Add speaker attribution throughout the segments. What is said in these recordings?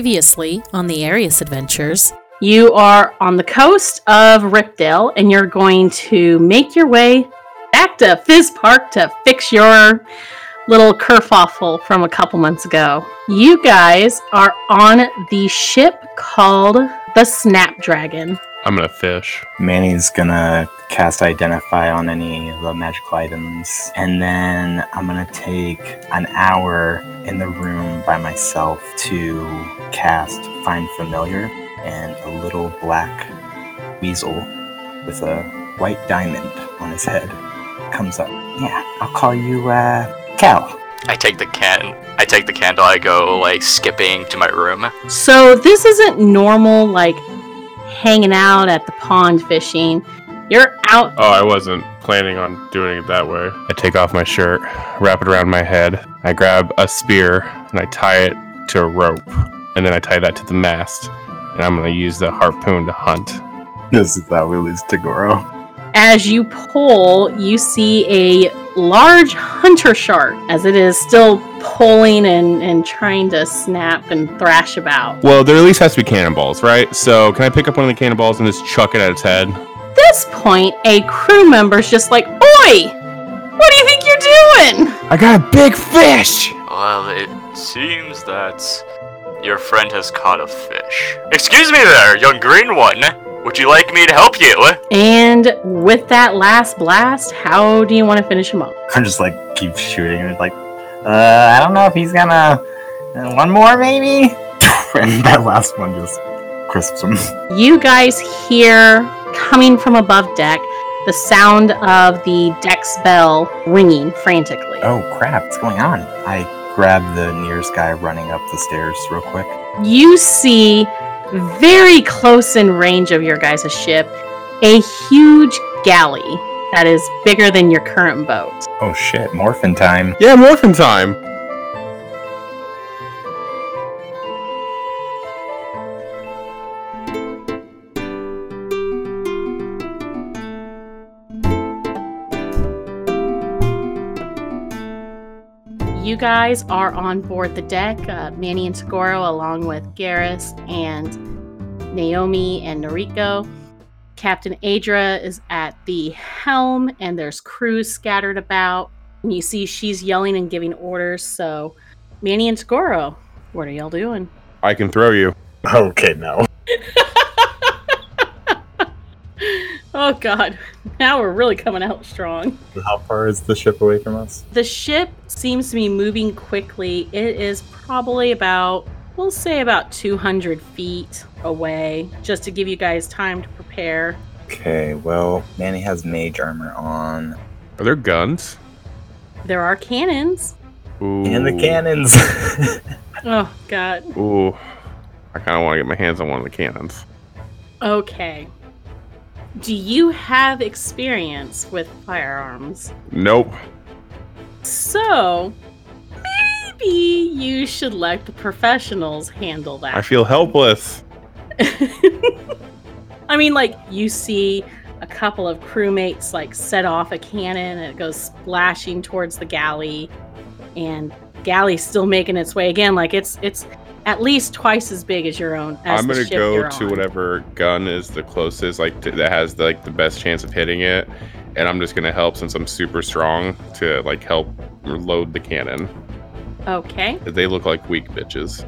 Speaker 1: Previously on the Arius Adventures,
Speaker 2: You are on the coast of Ripdale and you're going to make your way back to Fizz Park to fix your little kerfuffle from a couple months ago. You guys are on the ship called the Snapdragon.
Speaker 3: I'm gonna fish.
Speaker 4: Manny's gonna cast Identify on any of the magical items, and then I'm gonna take an hour in the room by myself to cast Find Familiar and a little black weasel with a white diamond on his head comes up. Yeah, I'll call you uh, Cal.
Speaker 5: I take the can. I take the candle. I go like skipping to my room.
Speaker 2: So this isn't normal, like hanging out at the pond fishing. You're out.
Speaker 3: Oh, I wasn't planning on doing it that way. I take off my shirt, wrap it around my head. I grab a spear and I tie it to a rope, and then I tie that to the mast. And I'm gonna use the harpoon to hunt.
Speaker 4: This is how we lose to Goro.
Speaker 2: As you pull, you see a large hunter shark as it is still pulling and, and trying to snap and thrash about.
Speaker 3: Well, there at least has to be cannonballs, right? So can I pick up one of the cannonballs and just chuck it at its head?
Speaker 2: At this point, a crew member's just like, Oi! What do you think you're doing?
Speaker 4: I got a big fish!
Speaker 5: Well, it seems that your friend has caught a fish. Excuse me there, young green one. Would you like me to help you?
Speaker 2: And with that last blast, how do you want to finish him up?
Speaker 4: I'm just like, keep shooting, and like, uh, I don't know if he's gonna. uh, One more, maybe? and that last one just crisps him.
Speaker 2: You guys hear coming from above deck the sound of the deck's bell ringing frantically.
Speaker 4: Oh crap, what's going on? I grab the nearest guy running up the stairs real quick.
Speaker 2: you see very close in range of your guys' ship a huge galley that is bigger than your current boat.
Speaker 4: Oh shit, morphin time.
Speaker 3: Yeah, morphin time.
Speaker 2: You guys are on board the deck, uh, Manny and Tagoro, along with Garrus and Naomi and Noriko. Captain Adra is at the helm, and there's crews scattered about. And you see she's yelling and giving orders. So, Manny and Tagoro, what are y'all doing?
Speaker 3: I can throw you.
Speaker 4: Okay, no.
Speaker 2: oh god now we're really coming out strong
Speaker 4: How far is the ship away from us?
Speaker 2: the ship seems to be moving quickly it is probably about we'll say about 200 feet away just to give you guys time to prepare
Speaker 4: Okay, well, Manny has mage armor on.
Speaker 3: Are there guns?
Speaker 2: there are cannons
Speaker 3: Ooh.
Speaker 4: And the cannons!
Speaker 2: oh god
Speaker 3: Ooh. I kind of want to get my hands on one of the cannons.
Speaker 2: okay do you have experience with firearms
Speaker 3: Nope.
Speaker 2: so maybe you should let the professionals handle that
Speaker 3: I feel helpless.
Speaker 2: I mean, like you see a couple of crewmates like set off a cannon and it goes splashing towards the galley, and galley's still making its way again. Like it's it's at least twice as big as your own. As
Speaker 3: I'm
Speaker 2: the
Speaker 3: gonna
Speaker 2: ship
Speaker 3: go
Speaker 2: you're
Speaker 3: to
Speaker 2: on.
Speaker 3: whatever gun is the closest, like to, that has like the best chance of hitting it, and I'm just gonna help since I'm super strong to like help load the cannon.
Speaker 2: Okay,
Speaker 3: They look like weak bitches.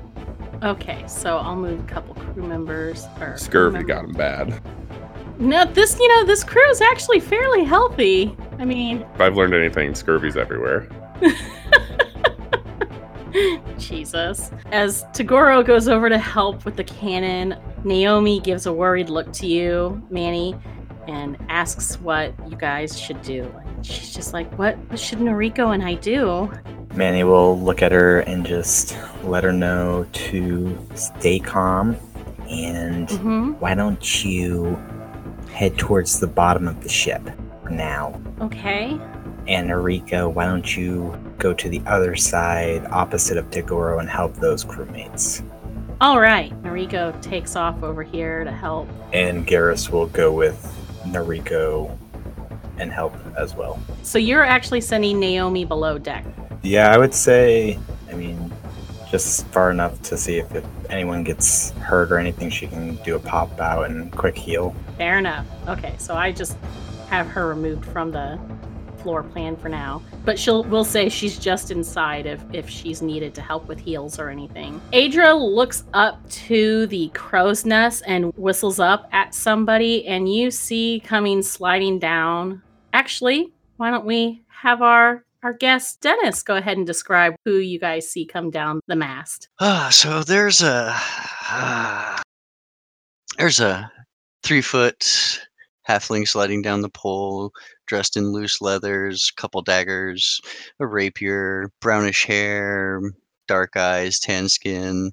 Speaker 2: okay. So I'll move a couple crew members. Or
Speaker 3: Scurvy
Speaker 2: crew
Speaker 3: got them bad.
Speaker 2: mem- No, this you know this crew is actually fairly healthy. I mean,
Speaker 3: If I've learned anything, scurvy's everywhere.
Speaker 2: Jesus. As Tagoro goes over to help with the cannon, Naomi gives a worried look to you, Manny, and asks what you guys should do. And she's just like, What, what should Noriko and I do?
Speaker 4: Manny will look at her and just let her know to stay calm and
Speaker 2: Mm-hmm.
Speaker 4: why don't you head towards the bottom of the ship for now?
Speaker 2: Okay.
Speaker 4: And Erika, why don't you go to the other side, opposite of Tagoro, and help those crewmates?
Speaker 2: All right. Noriko takes off over here to help.
Speaker 4: And Garrus will go with Nariko and help as well.
Speaker 2: So you're actually sending Naomi below deck.
Speaker 4: Yeah, I would say, I mean, just far enough to see if it, anyone gets hurt or anything, she can do a pop out and quick heal.
Speaker 2: Fair enough. Okay, so I just have her removed from the floor plan for now. But she'll will say she's just inside if if she's needed to help with heals or anything. Adra looks up to the crow's nest and whistles up at somebody, and you see coming sliding down. Actually, why don't we have our our guest Dennis go ahead and describe who you guys see come down the mast?
Speaker 6: Ah, so there's a ah, there's a three foot halfling sliding down the pole, dressed in loose leathers, couple daggers, a rapier, brownish hair, dark eyes, tan skin.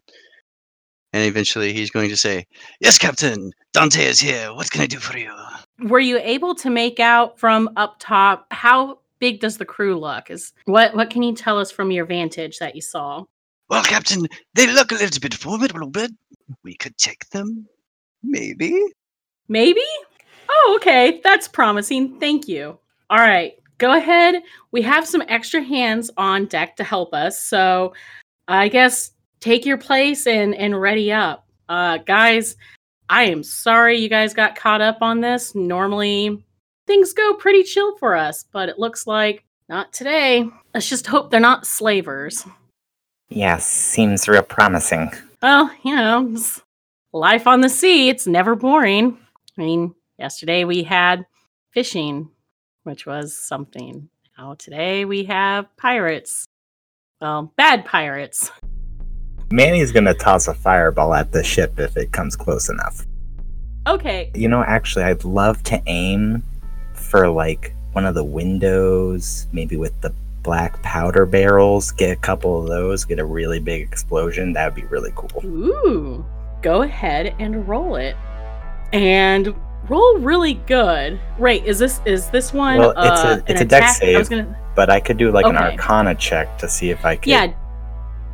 Speaker 6: And eventually he's going to say, Yes, Captain, Dante is here. What can I do for you?
Speaker 2: Were you able to make out from up top how big does the crew look? Is what what can you tell us from your vantage that you saw?
Speaker 6: Well, Captain, they look a little bit formidable, but we could take them. Maybe.
Speaker 2: Maybe? Oh, okay. That's promising. Thank you. All right. Go ahead. We have some extra hands on deck to help us. So I guess take your place and, and ready up. Uh, guys, I am sorry you guys got caught up on this. Normally, things go pretty chill for us, but it looks like not today. Let's just hope they're not slavers.
Speaker 4: Yeah, seems real promising.
Speaker 2: Well, you know, it's life on the sea, it's never boring. I mean, yesterday we had fishing, which was something. Now today we have pirates. Well, bad pirates.
Speaker 4: Manny's gonna toss a fireball at the ship if it comes close enough.
Speaker 2: Okay.
Speaker 4: You know, actually, I'd love to aim for like one of the windows, maybe with the black powder barrels, get a couple of those, get a really big explosion. That would be really cool.
Speaker 2: Ooh. Go ahead and roll it. And roll really good. Right, is this is this one
Speaker 4: Well, it's
Speaker 2: uh,
Speaker 4: a-
Speaker 2: an
Speaker 4: it's a dex
Speaker 2: attack? I was
Speaker 4: save.
Speaker 2: gonna
Speaker 4: But I could do like an
Speaker 2: Okay.
Speaker 4: arcana check to see if I could.
Speaker 2: Yeah.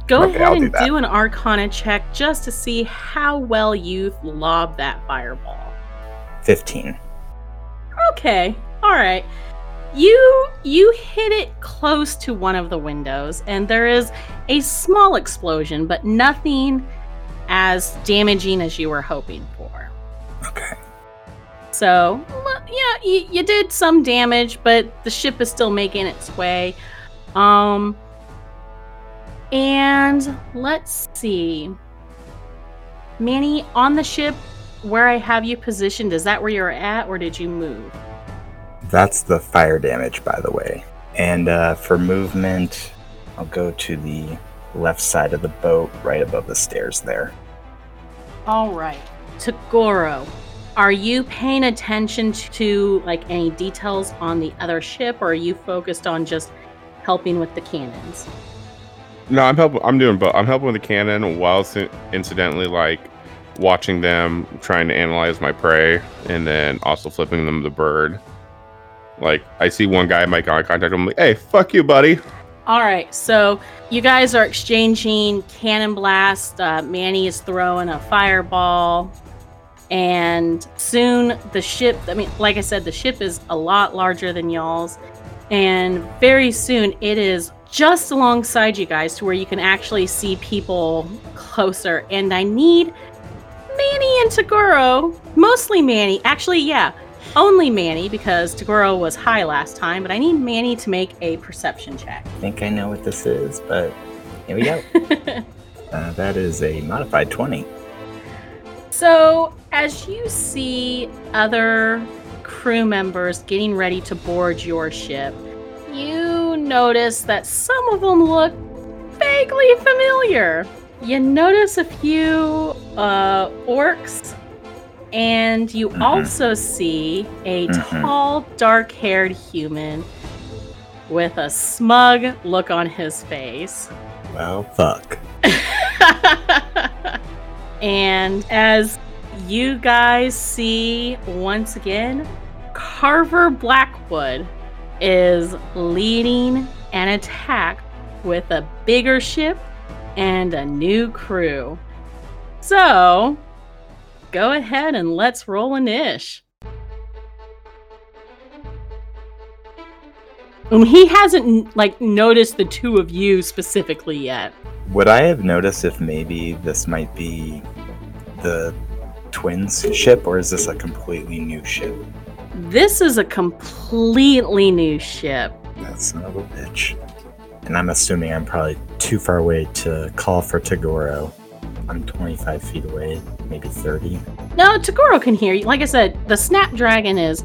Speaker 2: Go
Speaker 4: Okay,
Speaker 2: ahead
Speaker 4: I'll do
Speaker 2: and
Speaker 4: that.
Speaker 2: do an arcana check just to see how well you lob that fireball.
Speaker 4: 15.
Speaker 2: okay all right you you hit it close to one of the windows and there is a small explosion but nothing as damaging as you were hoping for
Speaker 4: Okay.
Speaker 2: so well, yeah you, you did some damage but the ship is still making its way um and let's see manny on the ship where i have you positioned is that where you're at or did you move
Speaker 4: That's the fire damage, by the way. And uh, for movement, I'll go to the left side of the boat, right above the stairs there.
Speaker 2: All right. Tagoro, are you paying attention to like any details on the other ship or are you focused on just helping with the cannons?
Speaker 3: No, I'm helping. I'm doing both. I'm helping with the cannon whilst in- incidentally like watching them, trying to analyze my prey, and then also flipping them the bird. Like I see one guy make eye contact. I'm like, "Hey, fuck you, buddy."
Speaker 2: All right. So you guys are exchanging cannon blast. Uh, Manny is throwing a fireball. And soon the ship, I mean, like I said, the ship is a lot larger than y'all's. And very soon it is just alongside you guys to where you can actually see people closer. And I need Manny and Tagoro, mostly Manny. Actually, yeah, only Manny because Tagoro was high last time, but I need Manny to make a perception check.
Speaker 4: I think I know what this is, but here we go. uh, that is a modified 20.
Speaker 2: so, as you see other crew members getting ready to board your ship, you notice that some of them look vaguely familiar. You notice a few uh, orcs, and you
Speaker 4: Mhm.
Speaker 2: also see a
Speaker 4: Mhm.
Speaker 2: tall, dark haired human with a smug look on his face.
Speaker 4: Well, fuck.
Speaker 2: and as you guys see once again, Carver Blackwood is leading an attack with a bigger ship and a new crew. So go ahead and let's roll an ish. Um, he hasn't like noticed the two of you specifically yet.
Speaker 4: Would I have noticed if maybe this might be the twins ship, or is this a completely new ship?
Speaker 2: This is a completely new ship.
Speaker 4: That son of a bitch. And I'm assuming I'm probably too far away to call for Tagoro. I'm 25 feet away, maybe 30.
Speaker 2: No, Tagoro can hear you. Like I said, the Snapdragon is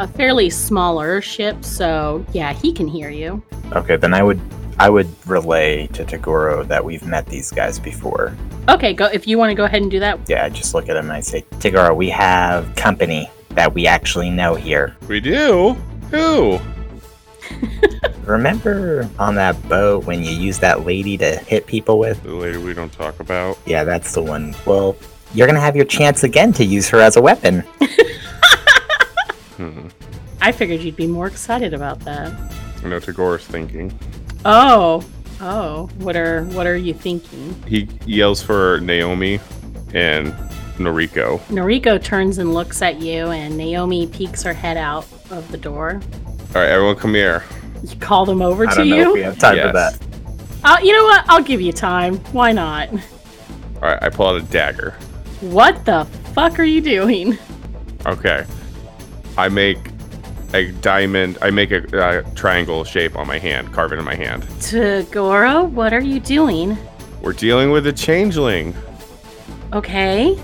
Speaker 2: a fairly smaller ship, so yeah, he can hear you.
Speaker 4: Okay, then I would I would relay to Tagoro that we've met these guys before.
Speaker 2: Okay, go if you want to go ahead and do that.
Speaker 4: Yeah, I just look at him and I say, Tagoro, we have company that we actually know here.
Speaker 3: We do? Who?
Speaker 4: Remember on that boat when you used that lady to hit people with?
Speaker 3: The lady we don't talk about.
Speaker 4: Yeah, that's the one. Well, you're gonna have your chance again to use her as a weapon.
Speaker 3: Hmm.
Speaker 2: I figured you'd be more excited about that.
Speaker 3: I know Tagora's thinking.
Speaker 2: Oh, oh, what are what are you thinking?
Speaker 3: He yells for Naomi and Noriko.
Speaker 2: Noriko turns and looks at you, and Naomi peeks her head out of the door.
Speaker 3: All right, everyone come here.
Speaker 2: You call them over
Speaker 4: I
Speaker 2: to
Speaker 4: don't know
Speaker 2: you.
Speaker 4: if we have time for
Speaker 3: Yes.
Speaker 4: that.
Speaker 2: Uh, you know what? I'll give you time. Why not?
Speaker 3: All right, I pull out a dagger.
Speaker 2: What the fuck are you doing?
Speaker 3: Okay. I make a diamond, I make a uh, triangle shape on my hand, carve it in my hand.
Speaker 2: Tagoro, what are you doing?
Speaker 3: We're dealing with a changeling.
Speaker 2: Okay.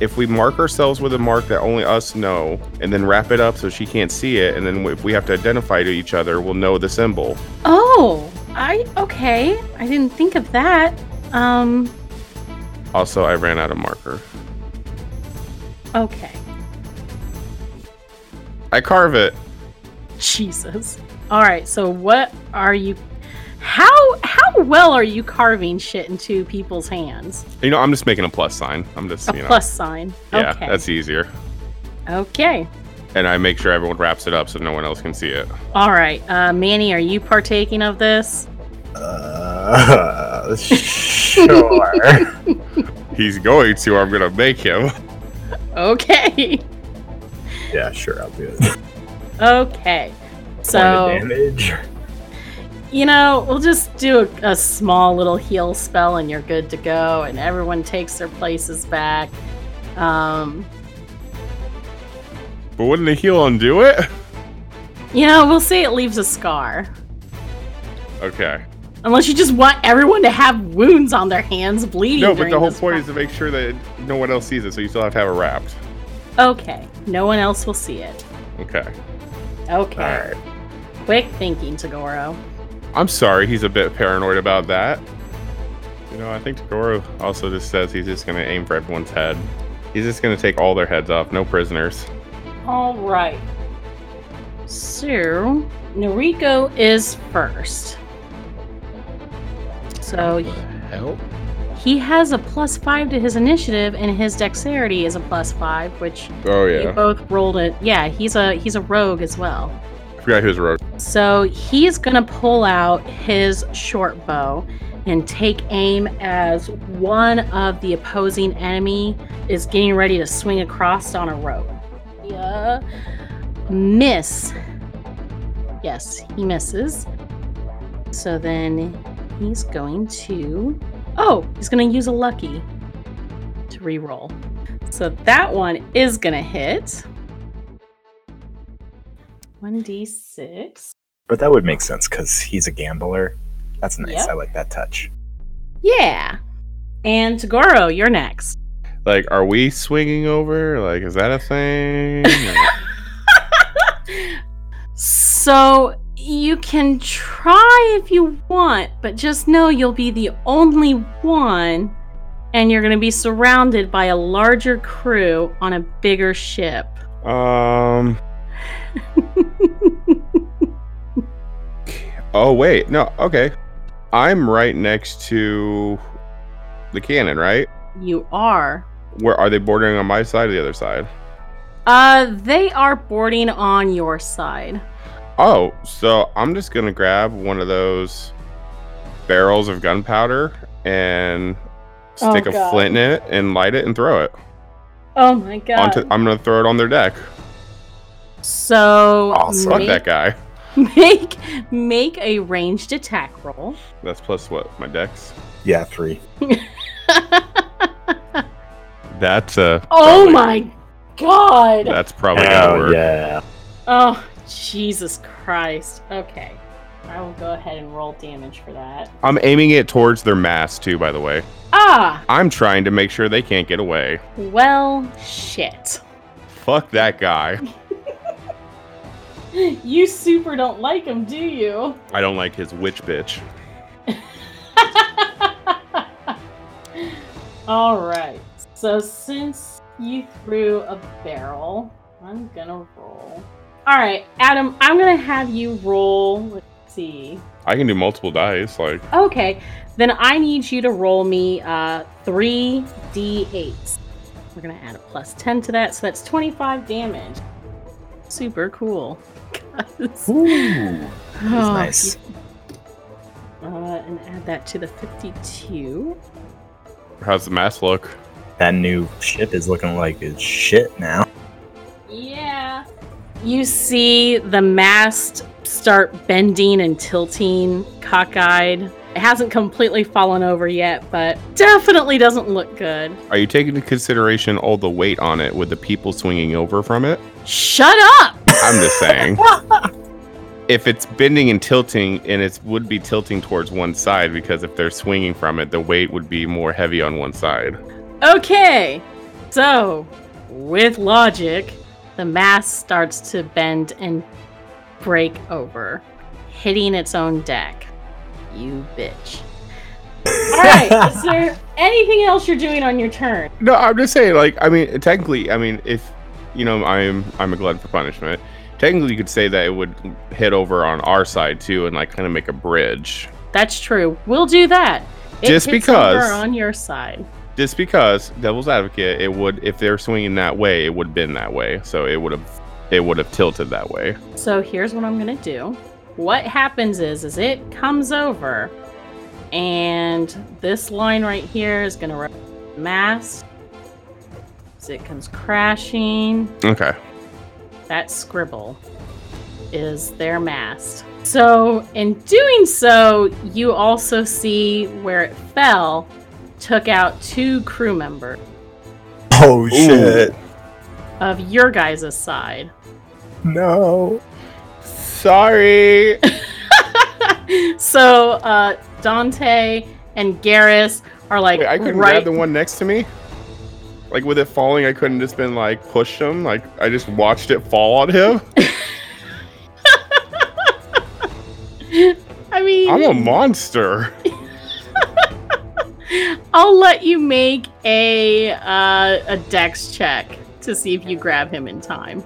Speaker 3: If we mark ourselves with a mark that only us know, and then wrap it up so she can't see it, and then if we have to identify to each other, we'll know the symbol.
Speaker 2: Oh, I okay. I didn't think of that. Um,
Speaker 3: Also, I ran out of marker.
Speaker 2: okay.
Speaker 3: I carve it.
Speaker 2: Jesus. All right. So what are you? How how well are you carving shit into people's hands?
Speaker 3: You know, I'm just making a plus sign. I'm just,
Speaker 2: A
Speaker 3: you know.
Speaker 2: plus sign.
Speaker 3: Yeah,
Speaker 2: okay.
Speaker 3: that's easier.
Speaker 2: okay.
Speaker 3: And I make sure everyone wraps it up so no one else can see it.
Speaker 2: All right. Uh, Manny, are you partaking of this?
Speaker 4: Uh, sure.
Speaker 3: He's going to, I'm going to make him.
Speaker 2: Okay.
Speaker 4: yeah, sure, I'll do it.
Speaker 2: Okay.
Speaker 4: Point
Speaker 2: So,
Speaker 4: of damage.
Speaker 2: you know, we'll just do a, a small little heal spell and you're good to go, and everyone takes their places back. Um,
Speaker 3: But wouldn't the heal undo it?
Speaker 2: you know, we'll say it leaves a scar.
Speaker 3: Okay.
Speaker 2: Unless you just want everyone to have wounds on their hands bleeding.
Speaker 3: No, but
Speaker 2: during
Speaker 3: the whole
Speaker 2: this
Speaker 3: point
Speaker 2: pro-
Speaker 3: is to make sure that no one else sees it, so you still have to have it wrapped.
Speaker 2: Okay. No one else will see it.
Speaker 3: Okay.
Speaker 2: Okay.
Speaker 4: Alright.
Speaker 2: Quick thinking, Tagoro.
Speaker 3: I'm sorry, he's a bit paranoid about that. You know, I think Tagoro also just says he's just going to aim for everyone's head. He's just going to take all their heads off, no prisoners.
Speaker 2: All right. So, Noriko is first. So
Speaker 3: hell?
Speaker 2: he has a plus five to his initiative, and his dexterity is a plus five, which
Speaker 3: Oh,
Speaker 2: you
Speaker 3: yeah.
Speaker 2: both rolled it. Yeah, he's a he's a rogue as well.
Speaker 3: I forgot who's rogue.
Speaker 2: So he's gonna pull out his short bow and take aim as one of the opposing enemy is getting ready to swing across on a rope. Yeah. Miss. Yes, he misses. So then he's going to. Oh, he's gonna use a lucky to reroll. So that one is gonna hit. 1d6.
Speaker 4: But that would make sense because he's a gambler. That's nice.
Speaker 2: Yep.
Speaker 4: I like that touch.
Speaker 2: Yeah. And Tagoro, you're next.
Speaker 3: Like, are we swinging over? Like, is that a thing?
Speaker 2: So you can try if you want, but just know you'll be the only one and you're going to be surrounded by a larger crew on a bigger ship.
Speaker 3: um. Oh wait, no. Okay, I'm right next to the cannon. Right?
Speaker 2: you are.
Speaker 3: Where are they bordering on my side or the other side?
Speaker 2: Uh they are boarding on your side.
Speaker 3: Oh, so I'm just gonna grab one of those barrels of gunpowder and
Speaker 2: Oh,
Speaker 3: stick a
Speaker 2: God.
Speaker 3: flint in it and light it and throw it.
Speaker 2: Oh my god.
Speaker 3: Onto, I'm gonna throw it on their deck.
Speaker 2: so
Speaker 4: Awesome.
Speaker 3: Fuck
Speaker 2: ma-
Speaker 3: that guy.
Speaker 2: Make make a ranged attack roll.
Speaker 3: That's plus what? My dex?
Speaker 4: Yeah, three.
Speaker 3: That's uh
Speaker 2: oh
Speaker 3: probably-
Speaker 2: my god.
Speaker 3: That's probably gonna work.
Speaker 4: yeah.
Speaker 2: Oh, Jesus Christ. Okay. I will go ahead and roll damage for that.
Speaker 3: I'm aiming it towards their mass too, by the way.
Speaker 2: Ah,
Speaker 3: I'm trying to make sure they can't get away.
Speaker 2: well, shit.
Speaker 3: Fuck that guy.
Speaker 2: You super don't like him, do you?
Speaker 3: I don't like his witch bitch.
Speaker 2: All right. So since you threw a barrel, I'm gonna roll. All right, Adam. I'm gonna have you roll. Let's see.
Speaker 3: I can do multiple dice, like
Speaker 2: Okay. Then I need you to roll me uh, three d8s. We're gonna add a plus ten to that, so that's 25 damage. Super cool. Guys.
Speaker 4: Ooh.
Speaker 2: Oh,
Speaker 4: nice.
Speaker 2: Uh, and add that to the 52.
Speaker 3: how's the mass look?
Speaker 4: That new ship is looking like it's shit now.
Speaker 2: Yeah. You see the mast start bending and tilting, cockeyed. It hasn't completely fallen over yet, but definitely doesn't look good.
Speaker 3: Are you taking into consideration all the weight on it with the people swinging over from it?
Speaker 2: Shut up!
Speaker 3: I'm just saying. if it's bending and tilting, and it would be tilting towards one side because if they're swinging from it, the weight would be more heavy on one side.
Speaker 2: Okay, so with logic, the mast starts to bend and break over, hitting its own deck. You bitch. All right, is there anything else you're doing on your turn?
Speaker 3: No, I'm just saying, like, I mean, technically, I mean, if you know, I'm I'm a glutton for punishment. Technically, you could say that it would hit over on our side too, and like kind of make a bridge.
Speaker 2: That's true. We'll do that.
Speaker 3: Just
Speaker 2: hits
Speaker 3: because.
Speaker 2: over on your side.
Speaker 3: Just because Devil's Advocate, it would if they're swinging that way, it would have been that way, so it would have it would have tilted that way.
Speaker 2: So here's what I'm gonna do. What happens is, is it comes over, and this line right here is gonna represent the mast. As it comes crashing,
Speaker 3: Okay,
Speaker 2: that scribble is their mast. So in doing so, you also see where it fell, took out two crew members
Speaker 4: Oh
Speaker 3: shit.
Speaker 2: of your guys' side.
Speaker 4: No.
Speaker 3: sorry.
Speaker 2: so uh, Dante and Garrus are like
Speaker 3: Wait, I couldn't
Speaker 2: right.
Speaker 3: grab the one next to me. Like with it falling, I couldn't just been like push him. Like I just watched it fall on him.
Speaker 2: I mean,
Speaker 3: I'm a monster.
Speaker 2: I'll let you make a uh, a dex check to see if you grab him in time.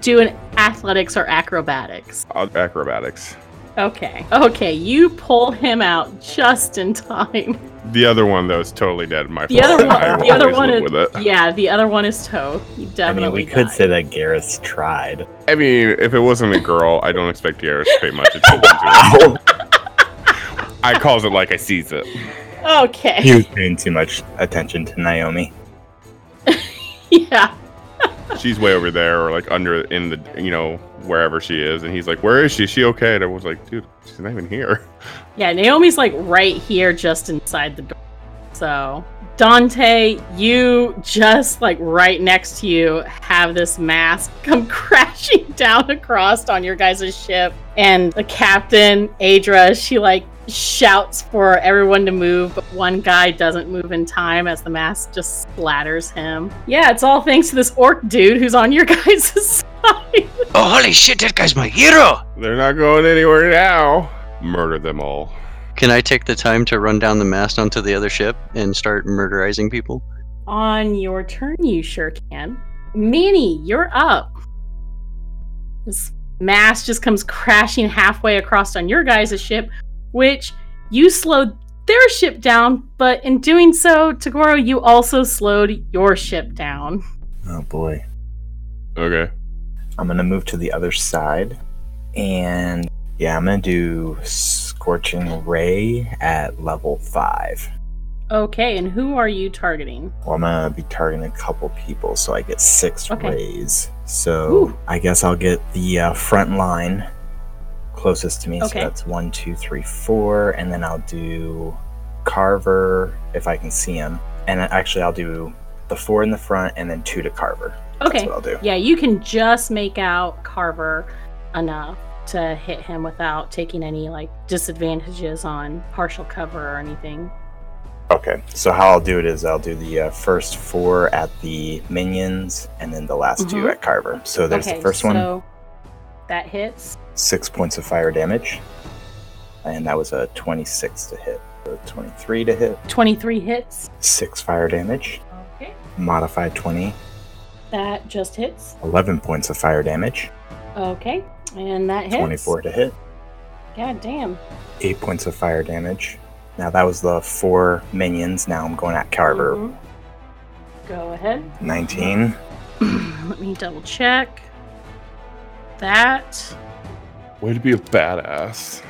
Speaker 2: Do an athletics or acrobatics.
Speaker 3: Uh, Acrobatics.
Speaker 2: Okay. Okay, you pull him out just in time.
Speaker 3: The other one though is totally dead. My
Speaker 2: The other
Speaker 3: fault.
Speaker 2: one-
Speaker 3: I will
Speaker 2: the other
Speaker 3: always
Speaker 2: one
Speaker 3: live
Speaker 2: is-
Speaker 3: with it.
Speaker 2: Yeah, the other one is Toe. He
Speaker 4: I
Speaker 2: definitely.
Speaker 4: mean, we could
Speaker 2: died.
Speaker 4: say that Garrus tried.
Speaker 3: I mean, if it wasn't a girl, I don't expect Garrus to pay much attention to it. I calls it like I sees it.
Speaker 2: Okay.
Speaker 4: He was paying too much attention to Naomi.
Speaker 2: yeah.
Speaker 3: She's way over there, or like under in the you know wherever she is, and he's like, "Where is she? Is she okay?" And everyone's like, "Dude, she's not even here."
Speaker 2: Yeah, Naomi's like right here, just inside the door. So, Dante, you just like right next to you have this mask come crashing down across on your guys' ship. And the captain, Adra, she like shouts for everyone to move, but one guy doesn't move in time as the mask just splatters him. Yeah, it's all thanks to this orc dude who's on your guys' side.
Speaker 6: Oh, holy shit, that guy's my hero!
Speaker 3: They're not going anywhere now. Murder them all.
Speaker 6: Can I take the time to run down the mast onto the other ship and start murderizing people?
Speaker 2: On your turn, you sure can. Manny, you're up. This mass just comes crashing halfway across on your guys' ship, which you slowed their ship down, but in doing so, Tagoro, you also slowed your ship down.
Speaker 4: Oh boy.
Speaker 3: Okay.
Speaker 4: I'm gonna move to the other side, and yeah, I'm gonna do Scorching Ray at level five.
Speaker 2: Okay, and who are you targeting?
Speaker 4: Well, I'm gonna be targeting a couple people, so I get six
Speaker 2: Okay.
Speaker 4: rays. So
Speaker 2: Ooh.
Speaker 4: I guess I'll get the uh, front line closest to me. So
Speaker 2: Okay.
Speaker 4: that's one, two, three, four. And then I'll do Carver if I can see him. And I- actually, I'll do the four in the front and then two to Carver. That's
Speaker 2: Okay.
Speaker 4: what I'll do.
Speaker 2: Yeah, you can just make out Carver enough to hit him without taking any like disadvantages on partial cover or anything.
Speaker 4: Okay. So how I'll do it is I'll do the uh, first four at the minions and then the last two
Speaker 2: Mhm.
Speaker 4: at Carver. So there's
Speaker 2: okay,
Speaker 4: the first
Speaker 2: so
Speaker 4: one,
Speaker 2: that hits.
Speaker 4: six points of fire damage. And that was a 26 to hit, a 23 to hit,
Speaker 2: 23 hits.
Speaker 4: six fire damage,
Speaker 2: Okay.
Speaker 4: modified 20,
Speaker 2: That just hits.
Speaker 4: 11 points of fire damage,
Speaker 2: Okay. And that hits.
Speaker 4: 24 to hit,
Speaker 2: God damn.
Speaker 4: eight points of fire damage. Now that was the four minions. Now I'm going at Carver.
Speaker 2: Mhm. Mm-hmm. Go ahead.
Speaker 4: 19,
Speaker 2: Let me double check. That.
Speaker 3: Way to be a badass.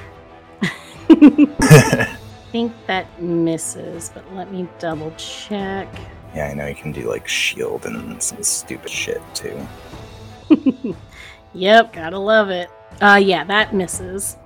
Speaker 2: I think that misses, but let me double check.
Speaker 4: Yeah, I know you can do like shield and some stupid shit too.
Speaker 2: yep, gotta love it. Uh, yeah, that misses.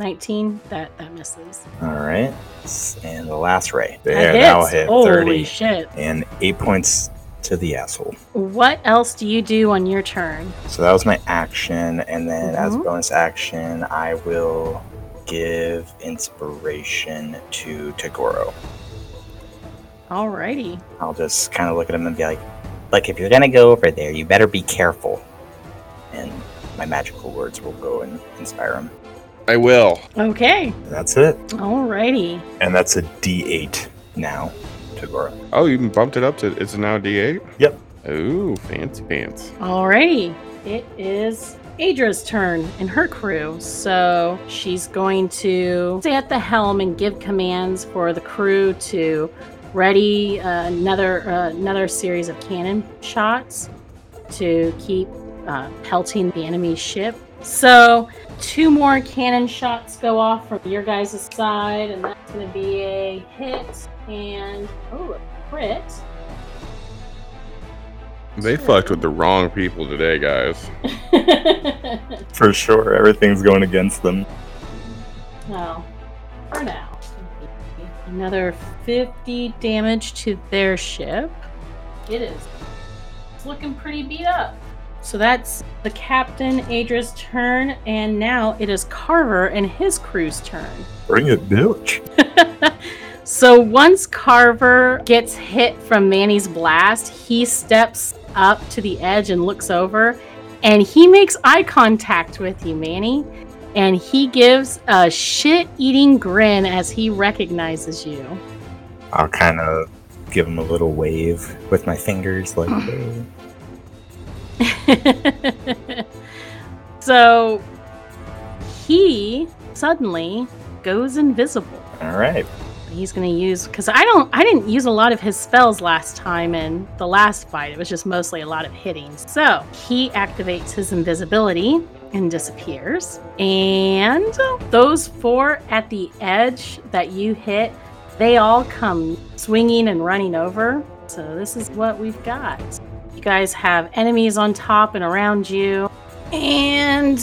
Speaker 2: 19, that that misses.
Speaker 4: All right, S- and the last ray.
Speaker 2: that
Speaker 4: There, that'll hit
Speaker 2: Holy
Speaker 4: 30,
Speaker 2: shit.
Speaker 4: and eight points to the asshole.
Speaker 2: What else do you do on your turn?
Speaker 4: So that was my action, and then as a
Speaker 2: Mhm.
Speaker 4: bonus action, I will give inspiration to Tagoro.
Speaker 2: Alrighty.
Speaker 4: I'll just kind of look at him and be like, "Look, if you're gonna go over there, you better be careful." And my magical words will go and inspire him.
Speaker 3: I will.
Speaker 2: Okay.
Speaker 4: And that's it,
Speaker 2: Alrighty.
Speaker 4: and that's a D8 now, Tagoro.
Speaker 3: Oh, you even bumped it up to it's now D8?
Speaker 4: Yep.
Speaker 3: Ooh, fancy pants.
Speaker 2: Alrighty. It is Adra's turn and her crew. So she's going to stay at the helm and give commands for the crew to ready uh, another uh, another series of cannon shots to keep uh, pelting the enemy ship. So two more cannon shots go off from your guys' side, and that's going to be a hit and oh, a crit.
Speaker 3: They fucked with the wrong people today, guys.
Speaker 4: For sure, everything's going against them.
Speaker 2: Well, for now. Another 50 damage to their ship. It is. It's looking pretty beat up. So that's the captain, Adra's turn, and now it is Carver and his crew's turn.
Speaker 4: Bring it, bitch.
Speaker 2: so once Carver gets hit from Manny's blast, he steps up to the edge and looks over, and he makes eye contact with you, Manny, and he gives a shit-eating grin as he recognizes you.
Speaker 4: I'll kind of give him a little wave with my fingers, like, "Hey."
Speaker 2: so he suddenly goes invisible.
Speaker 4: all right.
Speaker 2: He's gonna use because I don't I didn't use a lot of his spells last time in the last fight. It was just mostly a lot of hitting. So he activates his invisibility and disappears. And those four at the edge that you hit, they all come swinging and running over. So this is what we've got. You guys have enemies on top and around you, and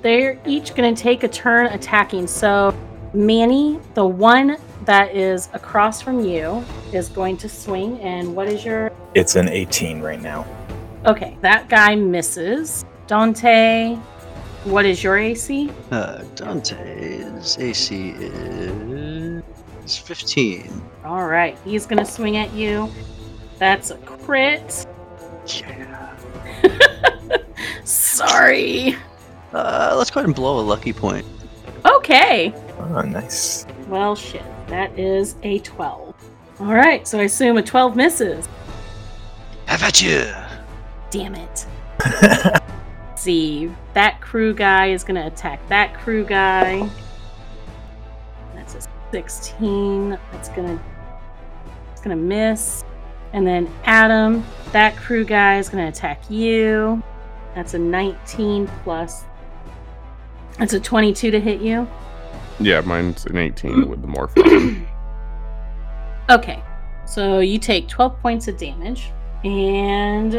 Speaker 2: they're each gonna take a turn attacking. So Manny, the one that is across from you, is going to swing. And what is your.
Speaker 4: It's an 18 right now.
Speaker 2: Okay, that guy misses. Dante, what is your AC?
Speaker 6: Uh, Dante's AC is 15.
Speaker 2: All right, he's going to swing at you. That's a crit.
Speaker 6: Yeah.
Speaker 2: Sorry.
Speaker 6: Uh, let's go ahead and blow a lucky point.
Speaker 2: Okay.
Speaker 4: Oh, nice.
Speaker 2: Well, shit. That is a 12. All right, so I assume a 12 misses.
Speaker 6: Have at you!
Speaker 2: Damn it. see. That crew guy is going to attack that crew guy. That's a 16. That's going to it's going to miss. And then Adam, that crew guy is going to attack you. That's a 19 plus. That's a 22 to hit you.
Speaker 3: Yeah, mine's an 18 with the morphine.
Speaker 2: Okay, so you take 12 points of damage, and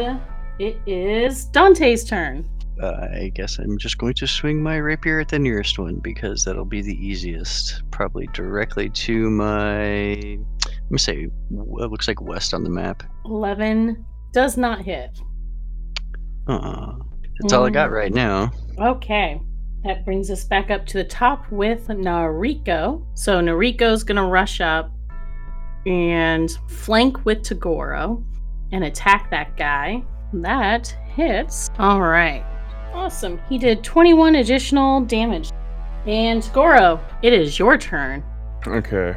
Speaker 2: it is Dante's turn.
Speaker 6: Uh, I guess I'm just going to swing my rapier at the nearest one because that'll be the easiest. Probably directly to my. I'm gonna say w- it looks like west on the map.
Speaker 2: 11 does not hit.
Speaker 6: Uh, that's all I got right now.
Speaker 2: Okay. That brings us back up to the top with Nariko. So Nariko's going to rush up and flank with Tagoro and attack that guy. That hits. All right. Awesome. He did 21 additional damage. And Tagoro, it is your turn.
Speaker 3: Okay.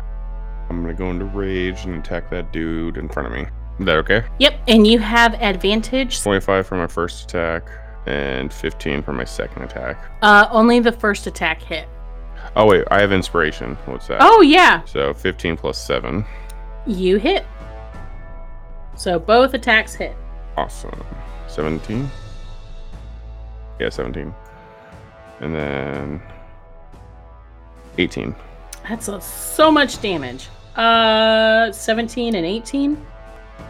Speaker 3: I'm gonna go into rage and attack that dude in front of me. Is that okay?
Speaker 2: Yep, and you have advantage.
Speaker 3: 25 for my first attack and 15 for my second attack.
Speaker 2: Uh, only the first attack hit.
Speaker 3: Oh wait, I have inspiration. What's that?
Speaker 2: Oh yeah,
Speaker 3: So 15 plus 7.
Speaker 2: you hit. So both attacks hit.
Speaker 3: Awesome. 17? Yeah, 17. And then 18.
Speaker 2: That's a, so much damage. Uh, 17 and 18.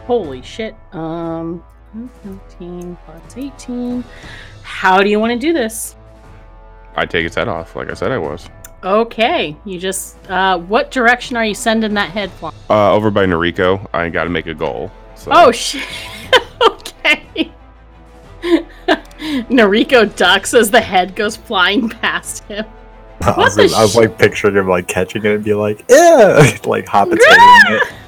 Speaker 2: Holy shit. Um, 17 plus 18. How do you want to do this?
Speaker 3: I take its head off, like I said I was.
Speaker 2: Okay, you just. Uh, what direction are you sending that head flying?
Speaker 3: Uh, over by Noriko, I gotta make a goal. So
Speaker 2: Oh shit. okay. Nariko ducks as the head goes flying past him.
Speaker 4: I was,
Speaker 2: the
Speaker 4: I was
Speaker 2: sh-
Speaker 4: like picturing him like catching it and be like, yeah, like hoppitating it.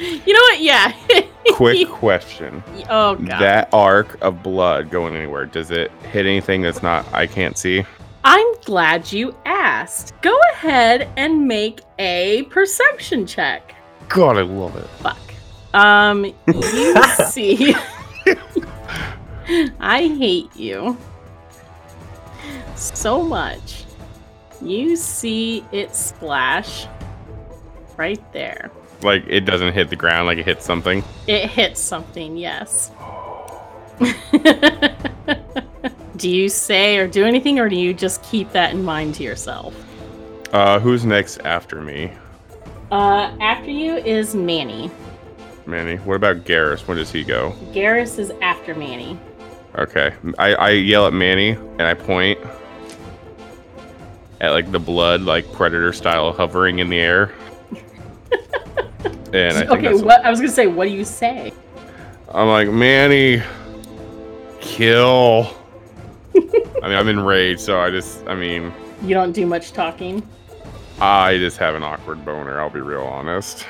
Speaker 2: You know what? Yeah.
Speaker 3: quick question.
Speaker 2: oh god.
Speaker 3: That arc of blood going anywhere, does it hit anything that's not I can't see?
Speaker 2: I'm glad you asked. Go ahead and make a perception check.
Speaker 3: God, I love it.
Speaker 2: Fuck. Um, you see. I hate you so much. You see it splash right there.
Speaker 3: Like it doesn't hit the ground, like it hits something.
Speaker 2: It hits something, yes. do you say or do anything, or do you just keep that in mind to yourself?
Speaker 3: Uh, who's next after me,
Speaker 2: Uh, after you is Manny.
Speaker 3: Manny? What about Garrus? Where does he go?
Speaker 2: Garrus is after Manny.
Speaker 3: Okay, I, I yell at Manny and I point at like the blood, like predator style, hovering in the air. and I think
Speaker 2: okay,
Speaker 3: that's-
Speaker 2: what I was gonna say, what do you say?
Speaker 3: I'm like Manny, kill. I mean, I'm enraged, so I just, I mean,
Speaker 2: You don't do much talking.
Speaker 3: I just have an awkward boner. I'll be real honest.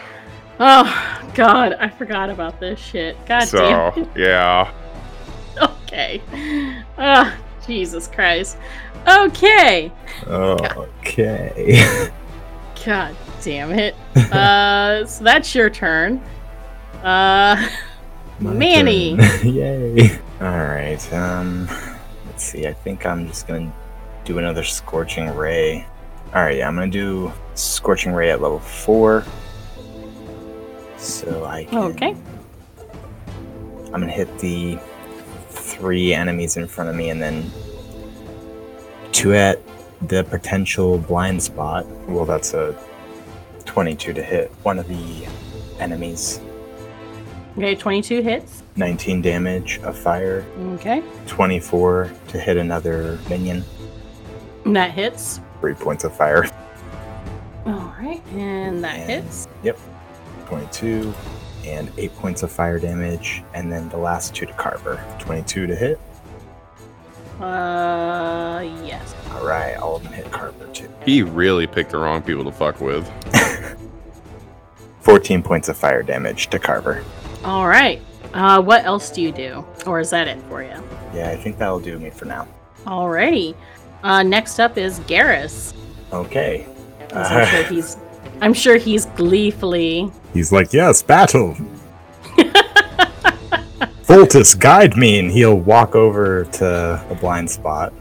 Speaker 2: Oh God, I forgot about this shit. God
Speaker 3: so
Speaker 2: damn. it.
Speaker 3: yeah,
Speaker 2: Okay. Oh, Jesus Christ. Okay.
Speaker 4: Okay.
Speaker 2: God damn it. Uh, so that's your turn. Uh,
Speaker 4: My
Speaker 2: Manny.
Speaker 4: turn. Yay. Alright, um let's see, I think I'm just gonna do another scorching ray. Alright, yeah, I'm gonna do scorching ray at level four. So I can
Speaker 2: Okay.
Speaker 4: I'm gonna hit the three enemies in front of me and then two at the potential blind spot. Well that's a twenty-two to hit one of the enemies.
Speaker 2: okay, 22 hits.
Speaker 4: 19 damage of fire,
Speaker 2: Okay.
Speaker 4: 24 to hit another minion,
Speaker 2: And that hits.
Speaker 4: 3 points of fire,
Speaker 2: All right, and that
Speaker 4: And-
Speaker 2: hits.
Speaker 4: 22, and 8 points of fire damage, and then the last two to Carver, 22 to hit.
Speaker 2: Uh, yes.
Speaker 4: All right, all of them hit Carver too.
Speaker 3: he really picked the wrong people to fuck with.
Speaker 4: 14 points of fire damage to Carver.
Speaker 2: All right. Uh, what else do you do, or is that it for you?
Speaker 4: Yeah, I think that'll do me for now.
Speaker 2: Alrighty. Uh, next up is Garrus.
Speaker 4: Okay. Uh,
Speaker 2: So
Speaker 4: Uh-huh.
Speaker 2: I'm sure he's, I'm sure he's gleefully.
Speaker 4: He's like, yes, battle. Voltus, guide me, and he'll walk over to a blind spot.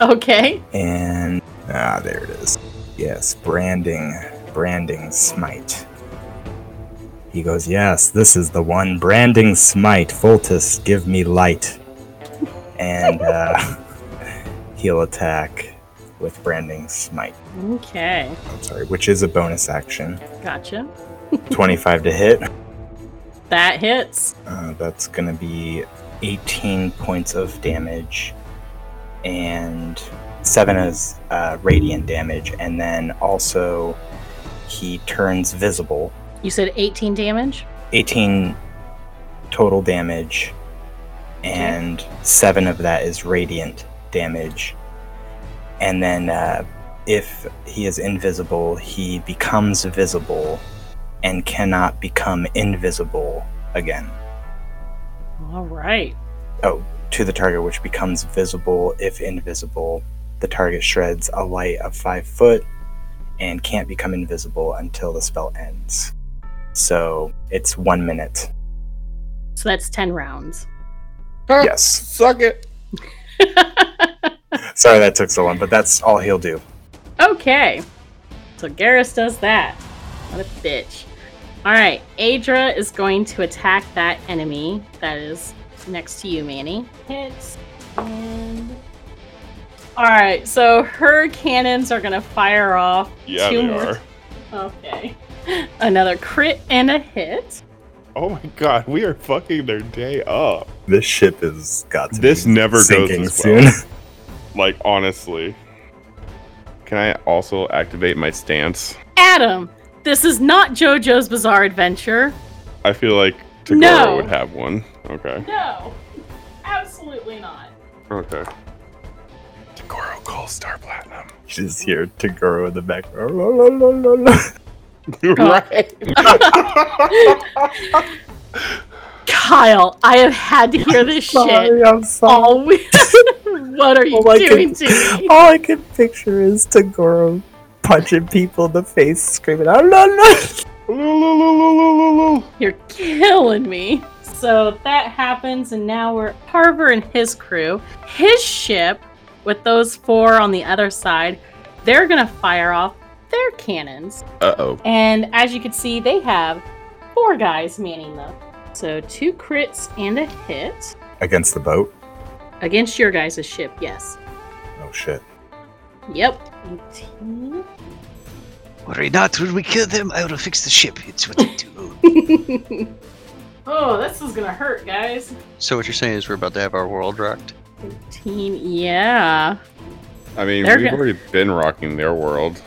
Speaker 2: Okay.
Speaker 4: And ah, there it is. Yes, branding, branding smite. He goes, Yes, this is the one. Branding smite. Voltus, give me light. And uh, he'll attack with branding smite.
Speaker 2: Okay.
Speaker 4: I'm sorry, which is a bonus action.
Speaker 2: Gotcha.
Speaker 4: 25 to hit.
Speaker 2: That hits.
Speaker 4: Uh, that's going to be 18 points of damage, and seven is uh, radiant damage, and then also he turns visible.
Speaker 2: You said 18 damage?
Speaker 4: 18 total damage, and seven of that is radiant damage. And then, uh, if he is invisible, he becomes visible and cannot become invisible again
Speaker 2: All right.
Speaker 4: to the target, which becomes visible if invisible. The target shreds a light of five foot and can't become invisible until the spell ends. So it's one minute.
Speaker 2: So that's 10 rounds.
Speaker 4: Yes.
Speaker 3: Suck it.
Speaker 4: Sorry that took so long, but that's all he'll do.
Speaker 2: okay. So Garrus does that. What a bitch. All right. Adra is going to attack that enemy that is next to you, Manny. Hits. And. All right. So her cannons are going to fire off.
Speaker 3: Yeah,
Speaker 2: two
Speaker 3: they
Speaker 2: more-
Speaker 3: are.
Speaker 2: Okay. Another crit and a hit.
Speaker 3: Oh my god, we are fucking their day up.
Speaker 4: This ship is got
Speaker 3: to This be never goes sinking this soon. well. Like honestly. Can I also activate my stance?
Speaker 2: Adam, this is not JoJo's Bizarre Adventure.
Speaker 3: I feel like Tagora
Speaker 2: No.
Speaker 3: would have one. Okay.
Speaker 2: No, absolutely not.
Speaker 3: Okay. Tagoro calls Star Platinum.
Speaker 4: You just hear Tagoro in the Oh, background. "La, la, la, la, la."
Speaker 2: Oh.
Speaker 3: right.
Speaker 2: Kyle, I have had to hear this shit
Speaker 4: Sorry, I'm sorry. Oh
Speaker 2: all week. what are you
Speaker 4: All I
Speaker 2: doing
Speaker 4: can-
Speaker 2: to me?
Speaker 4: All I can picture is Tagoro punching people in the face, screaming, "Oh, "La, la, la."
Speaker 3: Lulululululul.
Speaker 2: You're killing me. So that happens, and now we're Harbor and his crew. His ship, with those four on the other side, they're gonna fire off their cannons.
Speaker 3: Uh-oh.
Speaker 2: And as you can see, they have four guys manning them. So two crits and a hit
Speaker 4: Against the boat?
Speaker 2: against your guys' ship, yes.
Speaker 4: Oh shit.
Speaker 2: Yep. 18.
Speaker 6: Worry not, when we kill them, I will fix the ship. It's what they do.
Speaker 2: oh, this is gonna hurt, guys.
Speaker 6: so what you're saying is we're about to have our world rocked?
Speaker 2: 18, yeah.
Speaker 3: I mean,
Speaker 2: They're
Speaker 3: we've
Speaker 2: go-
Speaker 3: already been rocking their world.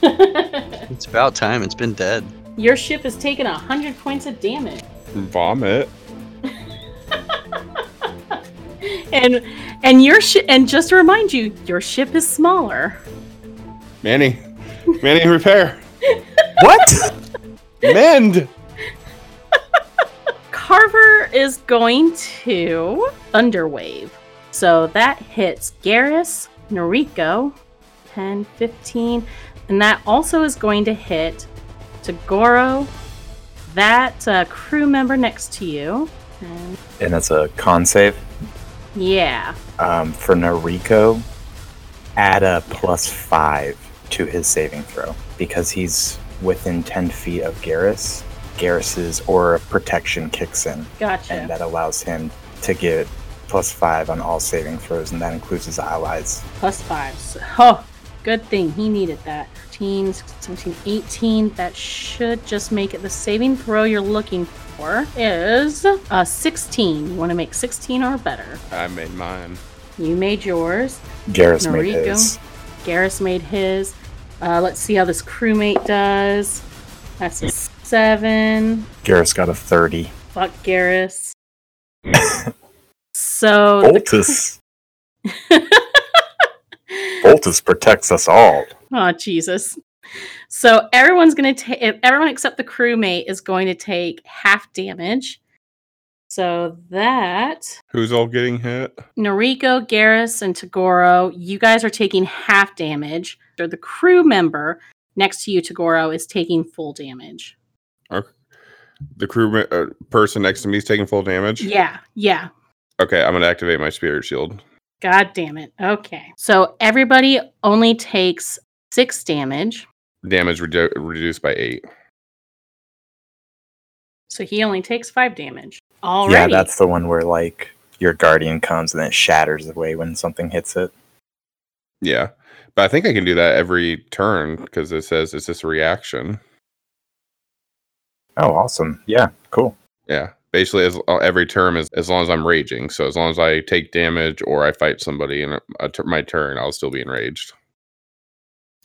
Speaker 6: It's about time. It's been dead.
Speaker 2: Your ship has taken 100 points of damage.
Speaker 3: Vomit.
Speaker 2: And and your shi and just to remind you, your ship is smaller.
Speaker 3: Manny. Manny, repair.
Speaker 4: What?
Speaker 3: Mend.
Speaker 2: Carver is going to Thunderwave. So that hits Garrus, Noriko, 10, 15, and that also is going to hit Tagoro, that uh, crew member next to you. And
Speaker 4: and that's a con save.
Speaker 2: yeah.
Speaker 4: Um, for Nariko, add a plus five to his saving throw because he's within 10 feet of Garrus. Garrus's aura of protection kicks in,
Speaker 2: Gotcha.
Speaker 4: and that allows him to get plus five on all saving throws, and that includes his allies.
Speaker 2: Plus five. So, oh, good thing he needed that. 15, 17, 18. That should just make it the saving throw you're looking for is uh, 16. You want to make 16 or better.
Speaker 3: I made mine.
Speaker 2: You made yours.
Speaker 4: Garrus made
Speaker 2: Noriko?
Speaker 4: his.
Speaker 2: Garrus made his. Uh, let's see how this crewmate does. That's a seven.
Speaker 4: Garrus got a 30.
Speaker 2: Fuck Garrus. so Oh, the
Speaker 4: Boltus. Boltus protects us all.
Speaker 2: Oh Jesus! So everyone's going to take everyone except the crewmate is going to take half damage. So that
Speaker 3: Who's all getting hit?
Speaker 2: Noriko, Garrus, and Tagoro, you guys are taking half damage. Or the crew member next to you, Tagoro, is taking full damage.
Speaker 3: The crew me- uh, person next to me is taking full damage.
Speaker 2: Yeah, yeah.
Speaker 3: Okay, I'm gonna activate my spirit shield.
Speaker 2: God damn it. Okay. So everybody only takes six damage.
Speaker 3: Damage redu- reduced by eight.
Speaker 2: So he only takes five damage. All right.
Speaker 4: Yeah, that's the one where like your guardian comes and it shatters away when something hits it.
Speaker 3: Yeah, but I think I can do that every turn because it says it's this reaction.
Speaker 4: Oh, awesome. Yeah, cool.
Speaker 3: Yeah,
Speaker 7: basically as uh, every term is as long as I'm raging. So as long as I take damage or I fight somebody in a, a tur- my turn, I'll still be enraged.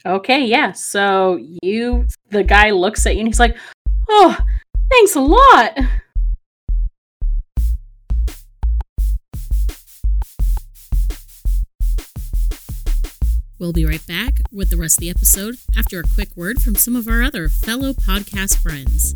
Speaker 2: Okay, yeah. So you, the guy looks at you and he's like, "Oh, thanks a lot."
Speaker 1: We'll be right back with the rest of the episode after a quick word from some of our other fellow podcast friends.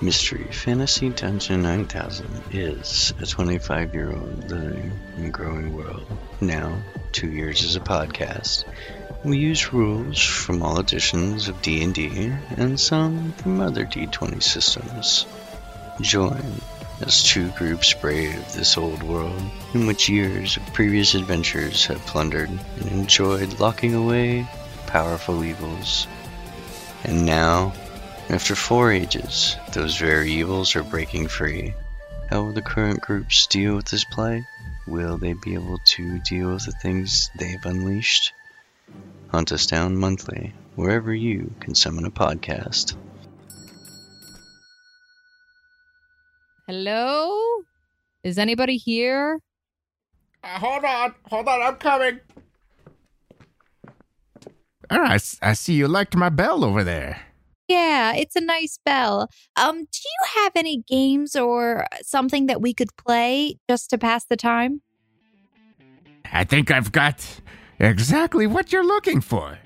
Speaker 6: Mystery Fantasy Dungeon 9000 is a 25 year old living and growing world. Now, two years as a podcast. We use rules from all editions of D&D and some from other D20 systems. Join as two groups brave this old world in which years of previous adventures have plundered and enjoyed locking away powerful evils. And now after four ages, those very evils are breaking free. How will the current groups deal with this plight? Will they be able to deal with the things they've unleashed? Hunt us down monthly, wherever you can summon a podcast.
Speaker 8: Hello? Is anybody here?
Speaker 9: Uh, hold on, hold on, I'm coming.
Speaker 10: All right, I s- I see you liked my bell over there.
Speaker 8: Yeah, it's a nice bell. Um, do you have any games or something that we could play just to pass the time?
Speaker 10: I think I've got exactly what you're looking for.